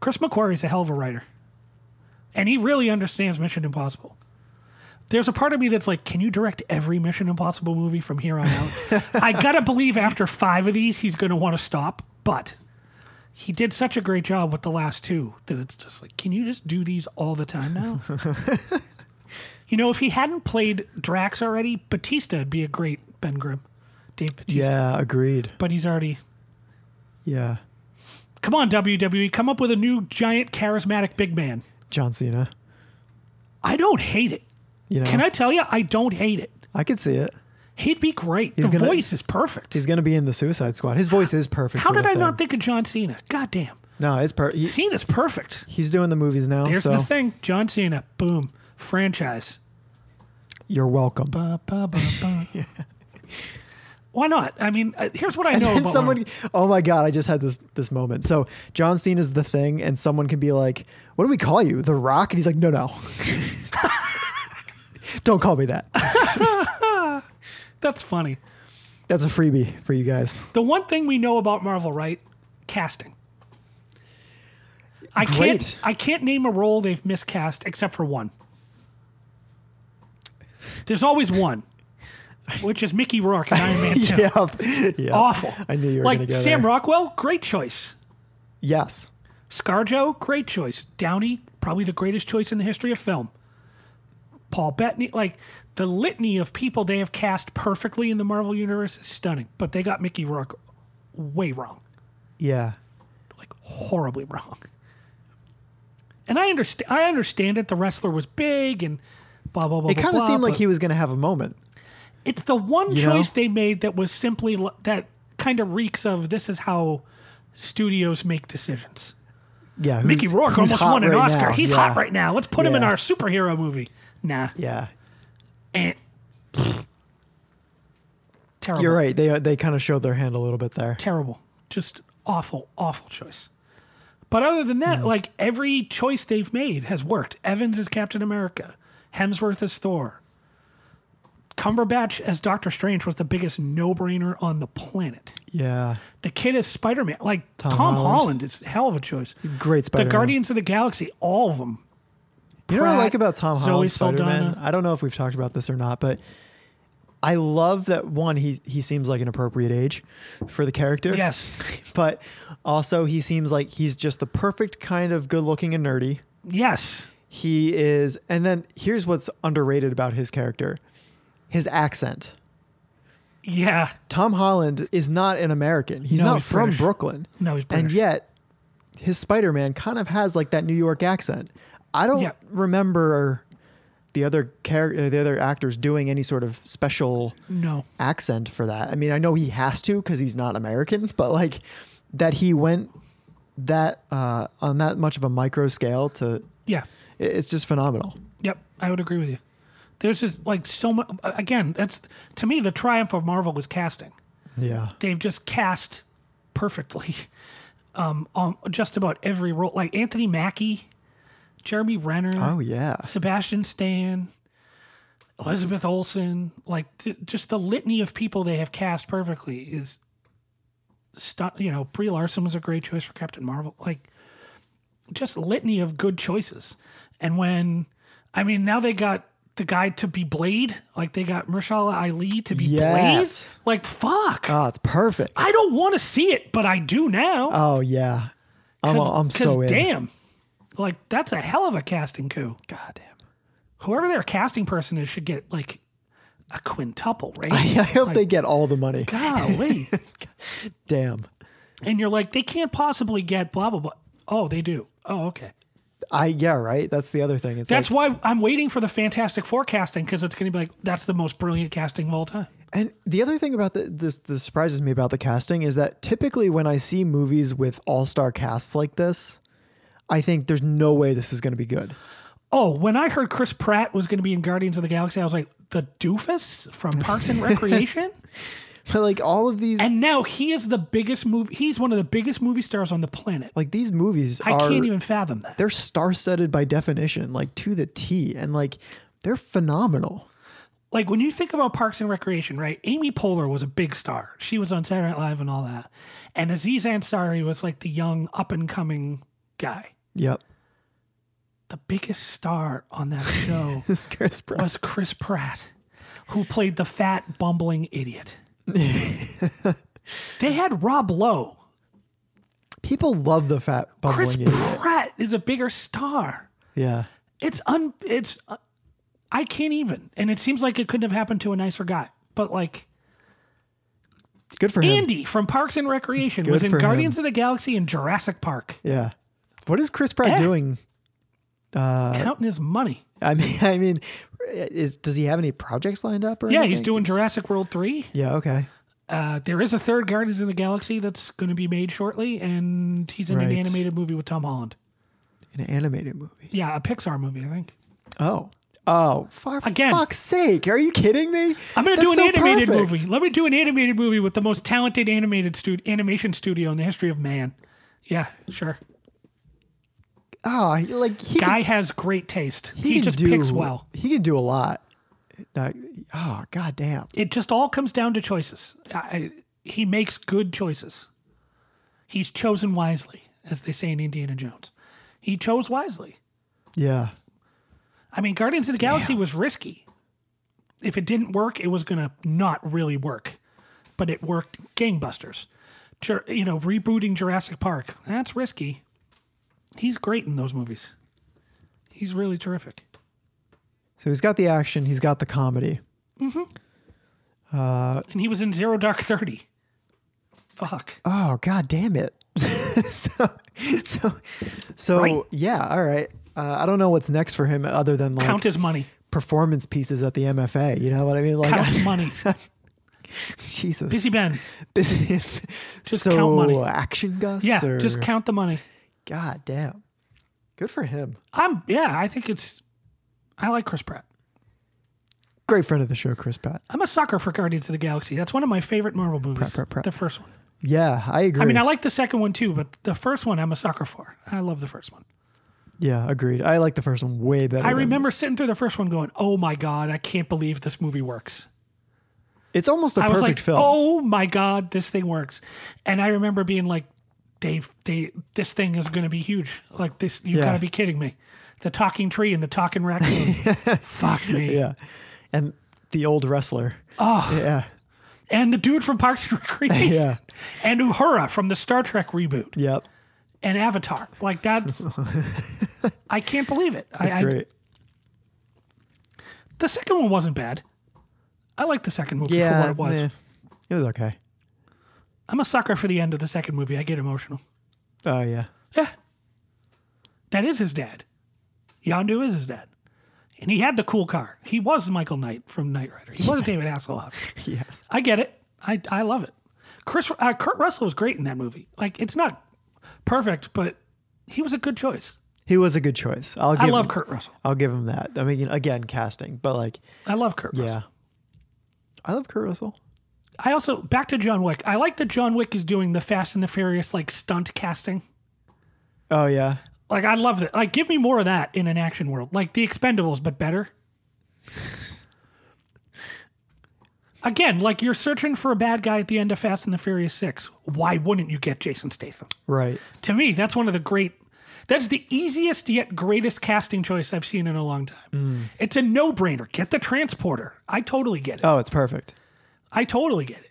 Chris McQuarrie's a hell of a writer. and he really understands Mission Impossible. There's a part of me that's like, can you direct every Mission Impossible movie from here on out? I gotta believe after five of these, he's gonna want to stop. But he did such a great job with the last two that it's just like, can you just do these all the time now? you know, if he hadn't played Drax already, Batista would be a great Ben Grimm, Dave Batista.
Yeah, agreed.
But he's already
Yeah.
Come on, WWE, come up with a new giant charismatic big man.
John Cena.
I don't hate it.
You know,
Can I tell you? I don't hate it.
I could see it.
He'd be great.
He's
the
gonna-
voice is perfect.
He's going to be in the Suicide Squad. His voice is perfect.
How
for
did
the
I
thing.
not think of John Cena? God damn.
No, it's per. He,
Cena's perfect.
he's doing the movies now.
Here's
so
the thing John Cena, boom, franchise.
You're welcome.
Ba, ba, ba, ba. Why not? I mean, uh, here's what I know
and
about
someone,
Marvel.
oh my god, I just had this this moment. So John Cena's the thing, and someone can be like, "What do we call you, The Rock?" And he's like, "No, no, don't call me that.
That's funny.
That's a freebie for you guys."
The one thing we know about Marvel, right? Casting. I
Great.
can't I can't name a role they've miscast except for one. There's always one. Which is Mickey Rourke in Iron Man 2.
Yep. Yep.
Awful.
I knew you were
like
gonna go
Sam
there.
Rockwell, great choice.
Yes.
Scarjo, great choice. Downey, probably the greatest choice in the history of film. Paul Bettany, like the litany of people they have cast perfectly in the Marvel universe is stunning, but they got Mickey Rourke way wrong,
Yeah.
like horribly wrong. And I understand. I understand it. The wrestler was big and blah blah blah.
It
blah,
kind of
blah,
seemed like
but
he was going to have a moment.
It's the one
know?
choice they made that was simply l- that kind of reeks of this is how studios make decisions.
Yeah. who's-
Mickey Rourke
who's
almost
hot
won an
right
Oscar.
now.
He's
Yeah.
hot right now. Let's put him in
Yeah.
our superhero movie. Nah.
Yeah.
Eh. Pfft. Terrible.
You're right. They they kind of showed their hand a little bit there.
Terrible. Just awful, awful choice. But other than that, like every choice they've made has worked. Evans is Captain America. Hemsworth is Thor. Cumberbatch as Doctor Strange was the biggest no-brainer on the planet.
Yeah.
The kid is Spider Man. Like Tom,
Holland.
Holland. is a hell of a choice.
Great
The
Spider-Man.
Guardians of the Galaxy, all of them.
You know what I
Pratt,
like about Tom
Zoe
Holland Spider-Man?
Saldana.
I don't know if we've talked about this or not, but I love that one. He he seems like an appropriate age for the character.
Yes.
but also he seems like he's just the perfect kind of good-looking and nerdy.
Yes.
He is, and then here's what's underrated about his character: his accent.
Yeah.
Tom Holland is not an American. He's
No,
not
he's
from
British.
Brooklyn.
No, he's
And
British.
yet, his Spider Man kind of has like that New York accent. I don't
Yeah.
remember the other character, the other actors doing any sort of special
No.
accent for that. I mean, I know he has to because he's not American, but like that he went that uh, on that much of a micro scale to
Yeah.
it- it's just phenomenal.
Yep. I would agree with you. There's just like so much. Again, that's to me the triumph of Marvel is casting.
Yeah.
They've just cast perfectly um, on just about every role. Like Anthony Mackie, Jeremy Renner.
Oh yeah.
Sebastian Stan, Elizabeth Olsen, like t- just the litany of people they have cast perfectly is, stu- you know, Brie Larson was a great choice for Captain Marvel. Like, just litany of good choices. And when, I mean, now they got the guy to be Blade, like they got Mahershala Ali to be
Yes.
Blade. Like, fuck.
Oh, it's perfect.
I don't want to see it, but I do now.
Oh yeah. I'm, I'm so in.
damn, like that's a hell of a casting coup.
God damn.
whoever their casting person is should get like a quintuple raise.
I hope
like,
they get all the money.
golly.
Damn.
and you're like, they can't possibly get blah blah blah. Oh, they do. Oh, okay.
I yeah, right. That's the other thing. It's
That's
like,
why I'm waiting for the fantastic forecasting because it's going to be like that's the most brilliant casting of all time.
and the other thing about the, this that surprises me about the casting is that typically when I see movies with all star casts like this, I think there's no way this is going to be good.
Oh, when I heard Chris Pratt was going to be in Guardians of the Galaxy, I was like, the doofus from Parks and Recreation,
But like all of these,
and now he is the biggest movie. He's one of the biggest movie stars on the planet.
like these movies
I
are
can't even fathom that.
they're star-studded by definition, like to the T, and like they're phenomenal.
like when you think about Parks and Recreation, right? Amy Poehler was a big star. She was on Saturday Night Live and all that. And Aziz Ansari was like the young up and coming guy.
Yep.
the biggest star on that show
This Chris Pratt.
was Chris Pratt, who played the fat, bumbling idiot. they had Rob Lowe.
People love the fat bumbling
Chris
idiot.
Pratt is a bigger star.
Yeah.
It's un. It's. Uh, I can't even. And it seems like it couldn't have happened to a nicer guy. But like
Good for him.
Andy from Parks and Recreation was in
for him.
Guardians of the Galaxy and Jurassic Park,
Yeah. What is Chris Pratt
Eh.
doing? Uh,
counting his money.
I mean, I mean, is does he have any projects lined up or?
Yeah, he's
anything?
doing Jurassic World three.
Yeah. Okay.
Uh, there is a third Guardians of the Galaxy that's going to be made shortly, and he's in an
Right.
animated movie with Tom Holland.
An animated movie.
Yeah, a Pixar movie, I think.
Oh. Oh, for
Again.
fuck's sake. Are you kidding me?
I'm going
That's
to do an
so
animated
perfect.
movie. Let me do an animated movie with the most talented animated stu- animation studio in the history of man. Yeah, sure.
Oh, he- like he
Guy has great taste.
can,
He,
can
just
do,
picks well.
He can do a lot. That- oh, god damn.
It just all comes down to choices. I, I, he makes good choices. He's chosen wisely, as they say in Indiana Jones. He chose wisely.
Yeah.
I mean, Guardians of the Galaxy was risky. If it didn't work, it was going to not really work. But it worked gangbusters. Jur- you know, rebooting Jurassic Park, that's risky. He's great in those movies. He's really terrific.
So he's got the action, he's got the comedy.
And he was in Zero Dark 30. Fuck.
Oh, god damn it. so so so
Right.
yeah, all right. Uh, I don't know what's next for him other than like
Count his money.
performance pieces at the MFA. You know what I mean? Like
Count money.
Jesus.
Busy Ben.
busy.
Just
so
count money.
action Gus.
Yeah,
or-
just count the money.
God damn. Good for him.
I'm, yeah, I think it's, I like Chris Pratt.
Great friend of the show, Chris Pratt.
I'm a sucker for Guardians of the Galaxy. That's one of my favorite Marvel movies.
Pratt, Pratt.
The first one.
Yeah, I agree.
I mean, I like the second one too, but the first one I'm a sucker for. I love the first one.
yeah, agreed. I like the first one way better.
I
than-
remember sitting through the first one going, oh my God, I can't believe this movie works.
it's almost a
I was
perfect
like,
film.
oh my God, this thing works. And I remember being like, Dave, they, this thing is going to be huge. Like, this, you
Yeah.
got to be kidding me. The talking tree and the talking raccoon. Fuck me.
Yeah, and the old wrestler. Oh, yeah,
And the dude from Parks and Recreation.
yeah,
And Uhura from the Star Trek reboot.
yep.
and Avatar. Like that's, I can't believe it.
It's
I,
great.
I, the second one wasn't bad. I like the second movie
yeah,
for what it was.
meh. it was okay.
I'm a sucker for the end of the second movie. I get emotional.
Oh yeah,
Yeah, that is his dad. Yondu is his dad, and he had the cool car. He was Michael Knight from Knight Rider. He was David Hasselhoff.
yes.
I get it. I, I love it. Chris uh, Kurt Russell was great in that movie. Like it's not perfect, but he was a good choice.
He was a good choice. I'll give
I love
him,
Kurt Russell.
I'll give him that. I mean, again, casting, but like,
I love Kurt Russell.
yeah, I love Kurt Russell.
I also back to John Wick. I like that John Wick is doing the Fast and the Furious like stunt casting.
Oh yeah,
Like I love that. Like give me more of that in an action world. Like the Expendables, but better. Again, like you're searching for a bad guy at the end of Fast and the Furious Six. Why wouldn't you get Jason Statham?
right.
To me, that's one of the great. That's the easiest yet greatest casting choice I've seen in a long time.
Mm.
It's a no-brainer. Get the transporter. I totally get it.
Oh, it's perfect.
I totally get it.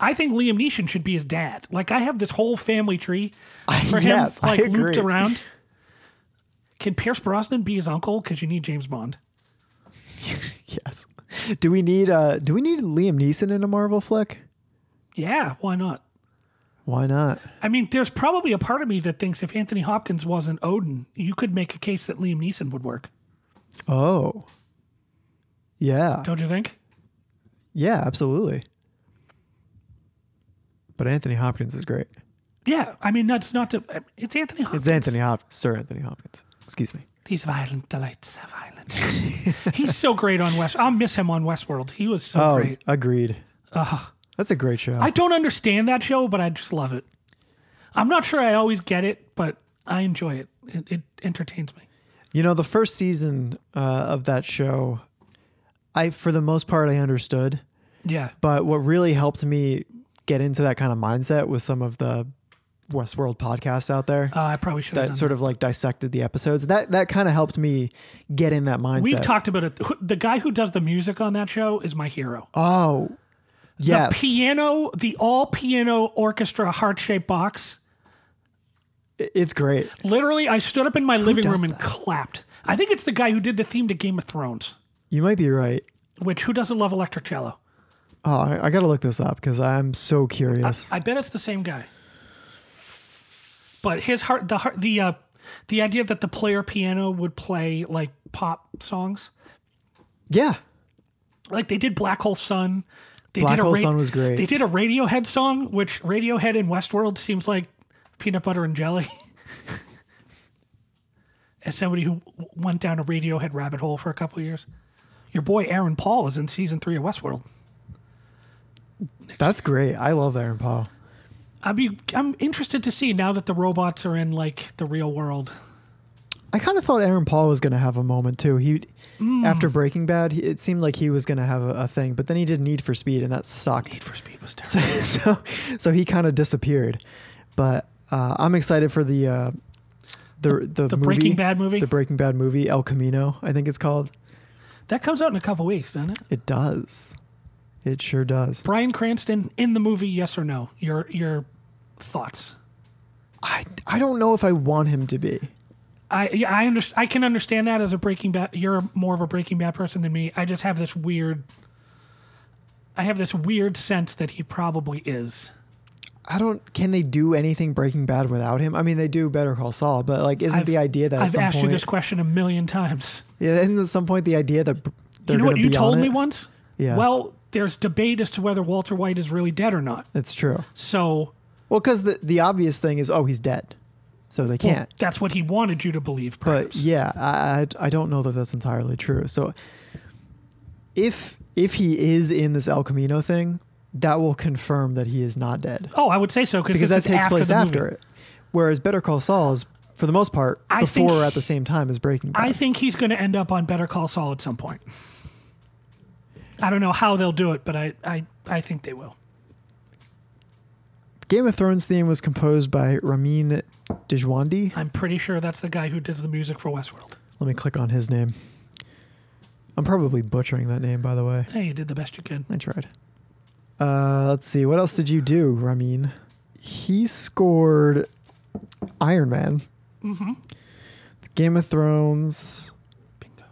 I think Liam Neeson should be his dad. Like I have this whole family tree for him,
yes, I
like looped
agree.
around. Can Pierce Brosnan be his uncle? Because you need James Bond.
Yes. Do we need uh do we need Liam Neeson in a Marvel flick?
Yeah, why not?
Why not?
I mean, there's probably a part of me that thinks if Anthony Hopkins wasn't Odin, you could make a case that Liam Neeson would work.
Oh. Yeah.
Don't you think?
Yeah, absolutely. But Anthony Hopkins is great.
Yeah, I mean that's not to. It's Anthony Hopkins.
It's Anthony Hopkins, Sir Anthony Hopkins. Excuse me.
These violent delights of Ireland. He's so great on West. I'll miss him on Westworld. He was so
Oh,
great.
agreed. That's a great show.
I don't understand that show, but I just love it. I'm not sure I always get it, but I enjoy it. It, it entertains me.
you know, the first season uh, of that show, I for the most part I understood,
Yeah.
but what really helped me get into that kind of mindset was some of the Westworld podcasts out there
Uh, I probably should have
that
done
sort of like dissected the episodes. That that kind of helped me get in that mindset.
We've talked about it. Who- The guy who does the music on that show is my hero.
Oh, yes,
The piano, the all piano orchestra heart shaped box.
I- it's great.
Literally, I stood up in my living
does
room and
that?
clapped. I think it's the guy who did the theme to Game of Thrones,
You might be right.
which who doesn't love electric cello?
Oh, I, I gotta look this up because I'm so curious.
I bet it's the same guy. But his heart, the heart, the uh, the idea that the player piano would play like pop songs,
yeah,
like they did Black Hole Sun. They
Black
did a
Hole Sun was great.
They did a Radiohead song, which Radiohead in Westworld seems like peanut butter and jelly. As somebody who w- went down a Radiohead rabbit hole for a couple of years, your boy Aaron Paul is in season three of Westworld.
that's great. I love Aaron Paul.
I'd be I'm interested to see now that the robots are in like the real world.
I kind of thought Aaron Paul was gonna have a moment too. He
Mm.
after Breaking Bad, he, it seemed like he was gonna have a, a thing, but then he did Need for Speed, and that sucked.
Need for Speed was terrible.
so so, so he kind of disappeared. But uh, I'm excited for the uh, the the,
the
movie,
Breaking Bad movie?
the Breaking Bad movie El Camino, I think it's called.
That comes out in a couple weeks, doesn't it?
It does, it sure does.
Brian Cranston in the movie, yes or no? Your your thoughts?
I I don't know if I want him to be.
I yeah, I understand. I can understand that as a Breaking Bad. You're more of a Breaking Bad person than me. I just have this weird. I have this weird sense that he probably is.
I don't. Can they do anything Breaking Bad without him? I mean, they do Better Call Saul, but like, isn't
I've-
the idea that at
I've
some
asked
point,
you this question a million times.
yeah, isn't at some point the idea that they're
You know what
gonna
you
be
told
on
me
it?
once?
Yeah.
Well, there's debate as to whether Walter White is really dead or not.
It's true.
So
Well, because the the obvious thing is, oh, he's dead, so they
well,
can't.
that's what he wanted you to believe.
but
Perhaps.
yeah, I, I I don't know that that's entirely true. So if if he is in this El Camino thing, that will confirm that he is not dead
oh, I would say so
because that
this is
takes
after
place
the
after
movie.
it. Whereas Better Call Saul is, for the most part,
I think
before or at
he-
the same time as Breaking Bad.
I think he's going to end up on Better Call Saul at some point. I don't know how they'll do it, but I, I, I think they will.
Game of Thrones theme was composed by Ramin Djawadi.
I'm pretty sure that's the guy who does the music for Westworld.
Let me click on his name. I'm probably butchering that name, by the way.
Hey, you did the best you could.
I tried. Uh, let's see. What else did you do, Ramin? He scored Iron Man, Game of Thrones,
Bingo.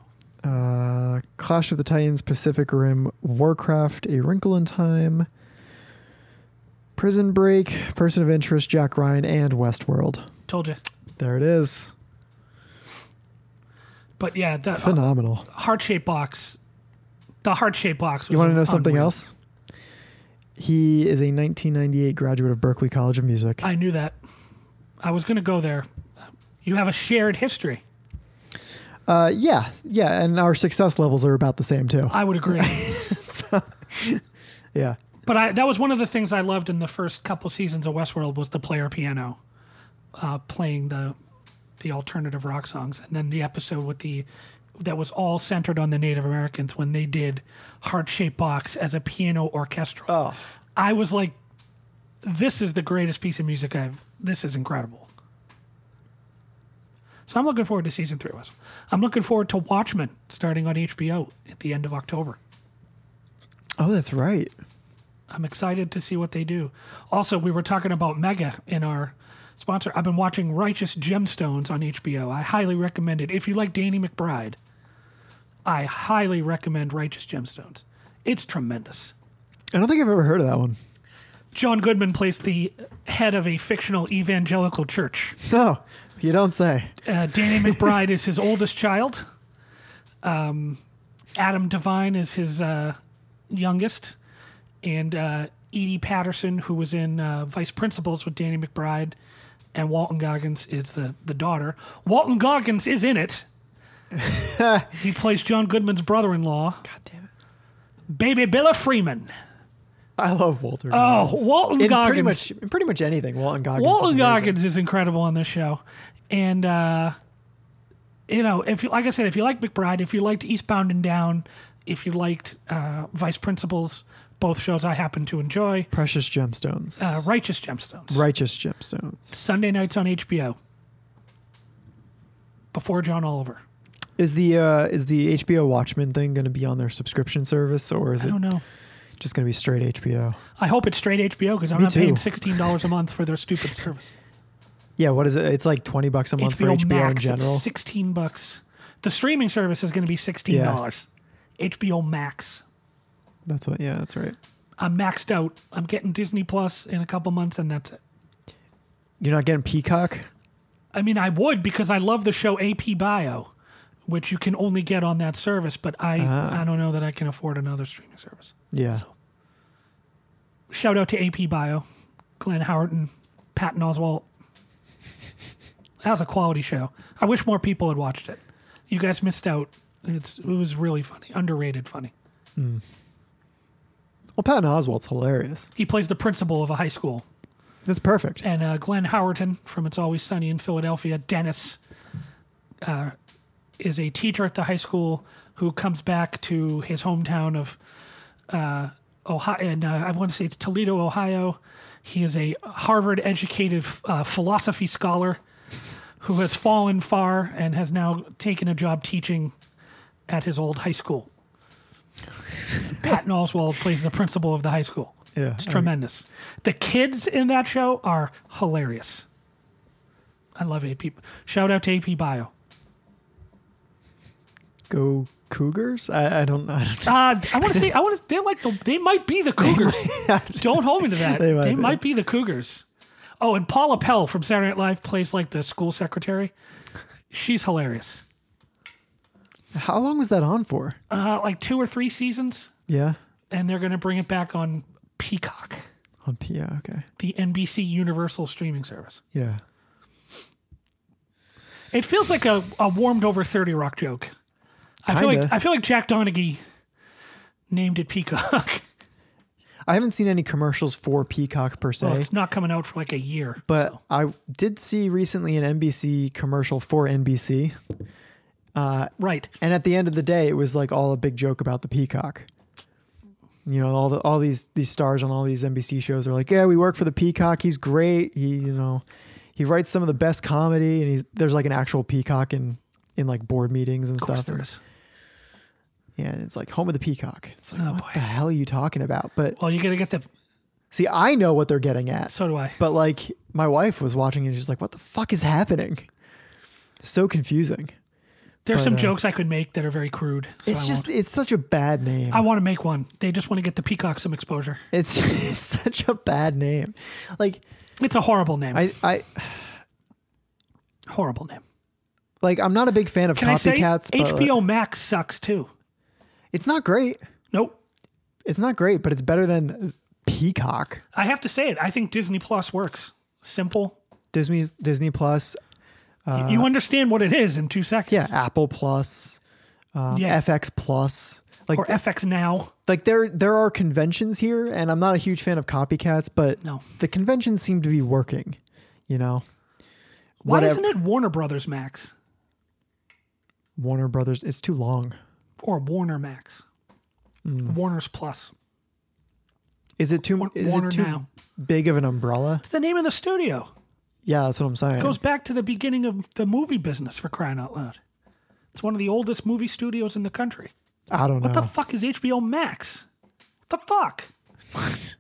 uh, Clash of the Titans, Pacific Rim, Warcraft, A Wrinkle in Time, Prison Break, Person of Interest, Jack Ryan, and Westworld.
Told you.
There it is.
But yeah, the uh,
Phenomenal.
heart shaped box. The heart shaped box. Was
You want to know something
unreal.
else? He is a 1998 graduate of Berklee College of Music.
I knew that. I was going to go there. You have a shared history.
Uh, yeah, yeah, and our success levels are about the same too.
I would agree.
Yeah,
But I, that was one of the things I loved in the first couple seasons of Westworld was the player piano, uh, playing the the alternative rock songs, and then the episode with the that was all centered on the Native Americans when they did Heart Shaped Box as a piano orchestral.
Oh.
I was like, this is the greatest piece of music I've. This is incredible. So I'm looking forward to season three of Westworld. I'm looking forward to Watchmen starting on HBO at the end of October.
Oh, that's right.
I'm excited to see what they do. Also, we were talking about Mega in our sponsor. I've been watching Righteous Gemstones on HBO. I highly recommend it. If you like Danny McBride, I highly recommend Righteous Gemstones. It's tremendous.
I don't think I've ever heard of that one.
John Goodman plays the head of a fictional evangelical church.
No, you don't say.
Uh, Danny McBride is his oldest child. Um, Adam Devine is his uh, youngest, and uh, Edie Patterson, who was in uh, Vice Principals with Danny McBride, and Walton Goggins is the the daughter. Walton Goggins is in it. he plays John Goodman's brother-in-law,
God damn it!
baby Bella Freeman.
I love Walter.
Oh, Walton
in pretty
Goggins.
much in pretty much anything. Walton Goggins.
Walton
is amazing.
Goggins is incredible on this show, and uh, you know, if you like I said, if you like McBride, if you liked Eastbound and Down, if you liked uh, Vice Principals, both shows I happen to enjoy.
Precious Gemstones.
Uh, Righteous Gemstones.
Righteous Gemstones.
Sunday nights on HBO. Before John Oliver.
Is the uh, is the HBO Watchmen thing going to be on their subscription service or is
I
it
don't know.
just going to be straight HBO?
I hope it's straight HBO because I'm not
too.
paying sixteen dollars a month for their stupid service.
Yeah, what is it? It's like 20 bucks a month for
HBO,
HBO
Max
in
it's
general.
sixteen bucks. The streaming service is going to be sixteen dollars. HBO Max.
That's what yeah, that's right.
I'm maxed out. I'm getting Disney Plus in a couple months, and that's it.
You're not getting Peacock?
I mean, I would because I love the show AP Bio, which you can only get on that service. But I, I don't know that I can afford another streaming service.
Yeah.
Shout out to AP Bio, Glenn Howard and Patton Oswalt. That was a quality show. I wish more people had watched it. You guys missed out. It's it was really funny, underrated funny.
Well, Patton Oswalt's hilarious.
He plays the principal of a high school,
That's perfect.
and uh, Glenn Howerton from It's Always Sunny in Philadelphia, Dennis, uh, is a teacher at the high school who comes back to his hometown of uh, Ohio, and uh, I want to say it's Toledo, Ohio. He is a Harvard-educated uh, philosophy scholar who has fallen far and has now taken a job teaching at his old high school. Patton Oswald plays the principal of the high school.
Yeah,
it's
I-
tremendous. The kids in that show are hilarious. I love AP. Shout out to AP Bio.
Go Cougars? I, I don't know.
Uh, I want to say I want to. They're like the, they might be the Cougars. Don't hold me to that.
They
They
might
might,
be.
be the Cougars. Oh, and Paula Pell from Saturday Night Live plays like the school secretary. She's hilarious.
How long was that on for?
Uh, like two or three seasons,
Yeah.
and they're going to bring it back on Peacock,
On P. Yeah, okay.
the NBC Universal streaming service.
Yeah.
It feels like a, a warmed over thirty rock joke. I feel like
Kinda.
I feel like Jack Donaghy named it Peacock.
I haven't seen any commercials for Peacock per se.
well, it's not coming out for like a year.
But
so.
I did see recently an NBC commercial for NBC.
right.
And at the end of the day, it was like all a big joke about the peacock. You know, all the all these these stars on all these NBC shows are like, yeah, we work for the peacock. He's great. He, you know, he writes some of the best comedy, and he's there's like an actual peacock in in like board meetings and
Of course
stuff.
there is.
Yeah, and it's like home of the peacock. It's like,
Oh,
what
boy.
the hell are you talking about? But
Well, you got to get the.
see, I know what they're getting at.
So do I.
But like my wife was watching it, and she's like, "What the fuck is happening?" So confusing.
There's some
uh,
jokes I could make that are very crude. So
it's
I
just
Won't.
it's such a bad name.
I want to make one. They just want to get the peacock some exposure.
It's it's such a bad name. Like
It's a horrible name.
I I
horrible name.
like I'm not a big fan of
Can
copycats.
I say
but, like,
HBO Max sucks too?
it's not great.
Nope.
It's not great, but it's better than Peacock.
I have to say it. I think Disney Plus works. Simple.
Disney Disney Plus.
Y- you understand what it is in two
Uh, Yeah,
seconds.
Apple Plus, um,
Yeah.
FX Plus. Like
Or FX Now.
like there there are conventions here, and I'm not a huge fan of copycats, but
No.
the conventions seem to be working. You know,
Why
Whatever.
isn't it Warner Brothers Max
Warner Brothers. It's too long.
or Warner Max? Warner's Plus.
Is it too
Wa-
Hmm. is
Warner
it too
Now.
big of an umbrella?
It's the name of the studio.
Yeah, that's what I'm saying.
goes back to the beginning of the movie business for crying out loud. It's one of the oldest movie studios in the country.
I don't
What
know.
the fuck is HBO Max? What the fuck?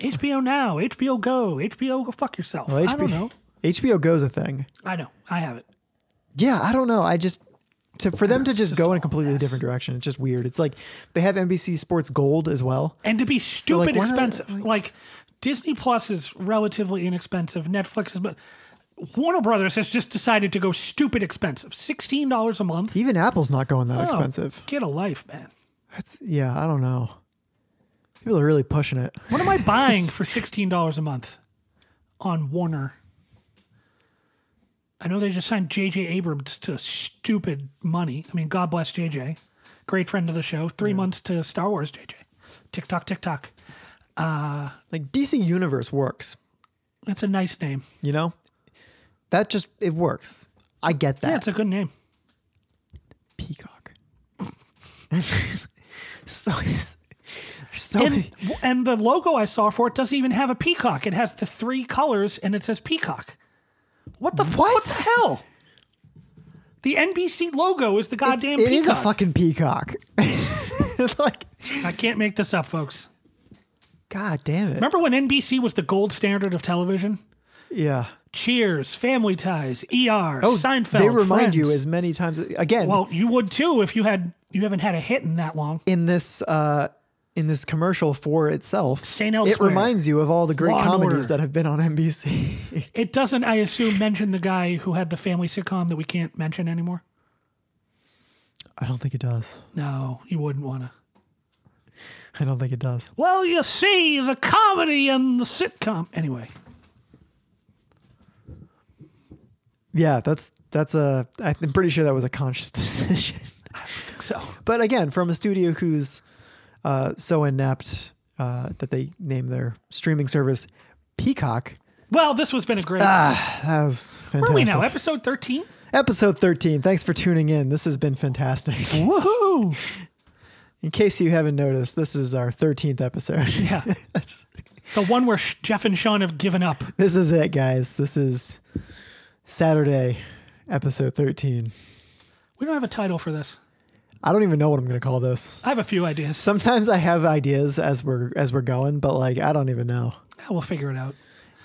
HBO Now, HBO Go, HBO Go fuck yourself.
Well,
I don't
HBO
know.
HBO Go's a thing.
I know. I have it.
Yeah, I don't know. I just to for them to just,
just
go in
all
a completely
mess.
different direction. It's just weird. It's like they have NBC Sports Gold as well.
And to be stupid
why not-
expensive. Like, Disney Plus is relatively inexpensive. Netflix is but Warner Brothers has just decided to go stupid expensive. Sixteen dollars a month.
Even Apple's not going that
Oh,
expensive.
Get a life, man.
That's yeah, I don't know. People are really pushing it.
What am I buying for sixteen dollars a month on Warner? I know they just signed J.J. Abrams to stupid money. I mean, God bless J.J. Great friend of the show. Three months to Star Wars, J.J. TikTok, TikTok.
Like DC Universe works,
That's a nice name.
you know? That just it works. I get that.
Yeah, it's a good name.
Peacock. so So
And,
many-
and the logo I saw for it doesn't even have a peacock. It has the three colors and it says peacock. What the what, what the hell? The NBC logo is the goddamn
it
peacock.
is a fucking peacock. like,
I can't make this up, folks.
god damn it.
Remember when NBC was the gold standard of television?
Yeah. Oh,
Cheers, Family Ties, ER, Seinfeld.
They remind
Friends.
you as many times again
well. You would too if you had you haven't had a hit in that long.
in this uh in this commercial for itself.
St.
It
Elsewhere.
reminds you of all the great
Law and Order.
comedies that have been on NBC.
It doesn't, I assume, mention the guy who had the family sitcom that we can't mention anymore.
I don't think it does.
No, you wouldn't want to.
I don't think it does.
Well, you see, the comedy and the sitcom. Anyway,
Yeah, that's that's a I'm pretty sure that was a conscious decision.
so
but again, from a studio who's uh, so inept uh, that they name their streaming service Peacock.
well, this was been a great.
That was fantastic.
Where are we now? Episode thirteen.
Episode 13. Thanks for tuning in. This has been fantastic.
Woohoo!
In case you haven't noticed, this is our 13th episode.
Yeah, the one where Sh- Jeff and Sean have given up.
This is it, guys. This is Saturday, episode 13.
We don't have a title for this.
I don't even know what I'm going to call this.
I have a few ideas.
Sometimes I have ideas as we're as we're going, but like I don't even know.
We'll figure it out.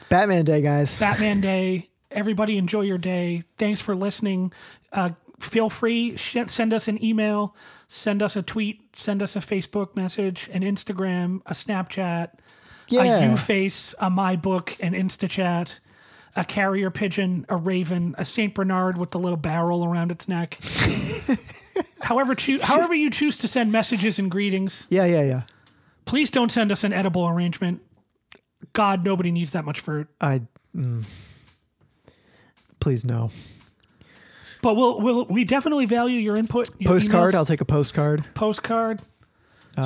Batman Day, guys.
Batman Day. Everybody enjoy your day. Thanks for listening. Uh, feel free sh- send us an email, send us a tweet, send us a Facebook message, an Instagram, a Snapchat, a
yeah.
You Face, a My Book, an InstaChat, a carrier pigeon, a raven, a Saint Bernard with the little barrel around its neck. however, choo- however you choose to send messages and greetings,
yeah, yeah, yeah.
please don't send us an edible arrangement. God, nobody needs that much fruit.
I mm. Please no.
But we'll, we'll we definitely value your input. Your
Postcard,
emails, Oh,
I'll take a postcard.
postcard.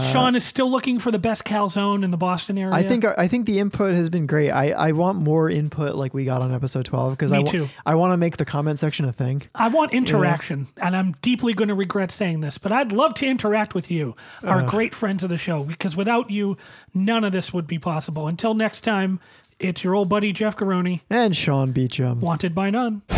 Sean is still looking for the best calzone in the Boston area.
I think I think the input has been great. I, I want more input like we got on episode 12 because I
Me
wa-
too.
I want to make the comment section a thing.
I want interaction, and I'm deeply going to regret saying this, but I'd love to interact with you, our great friends of the show, because without you, none of this would be possible. Until next time, it's your old buddy Jeff Garoni,
And Sean Beachum.
wanted by none.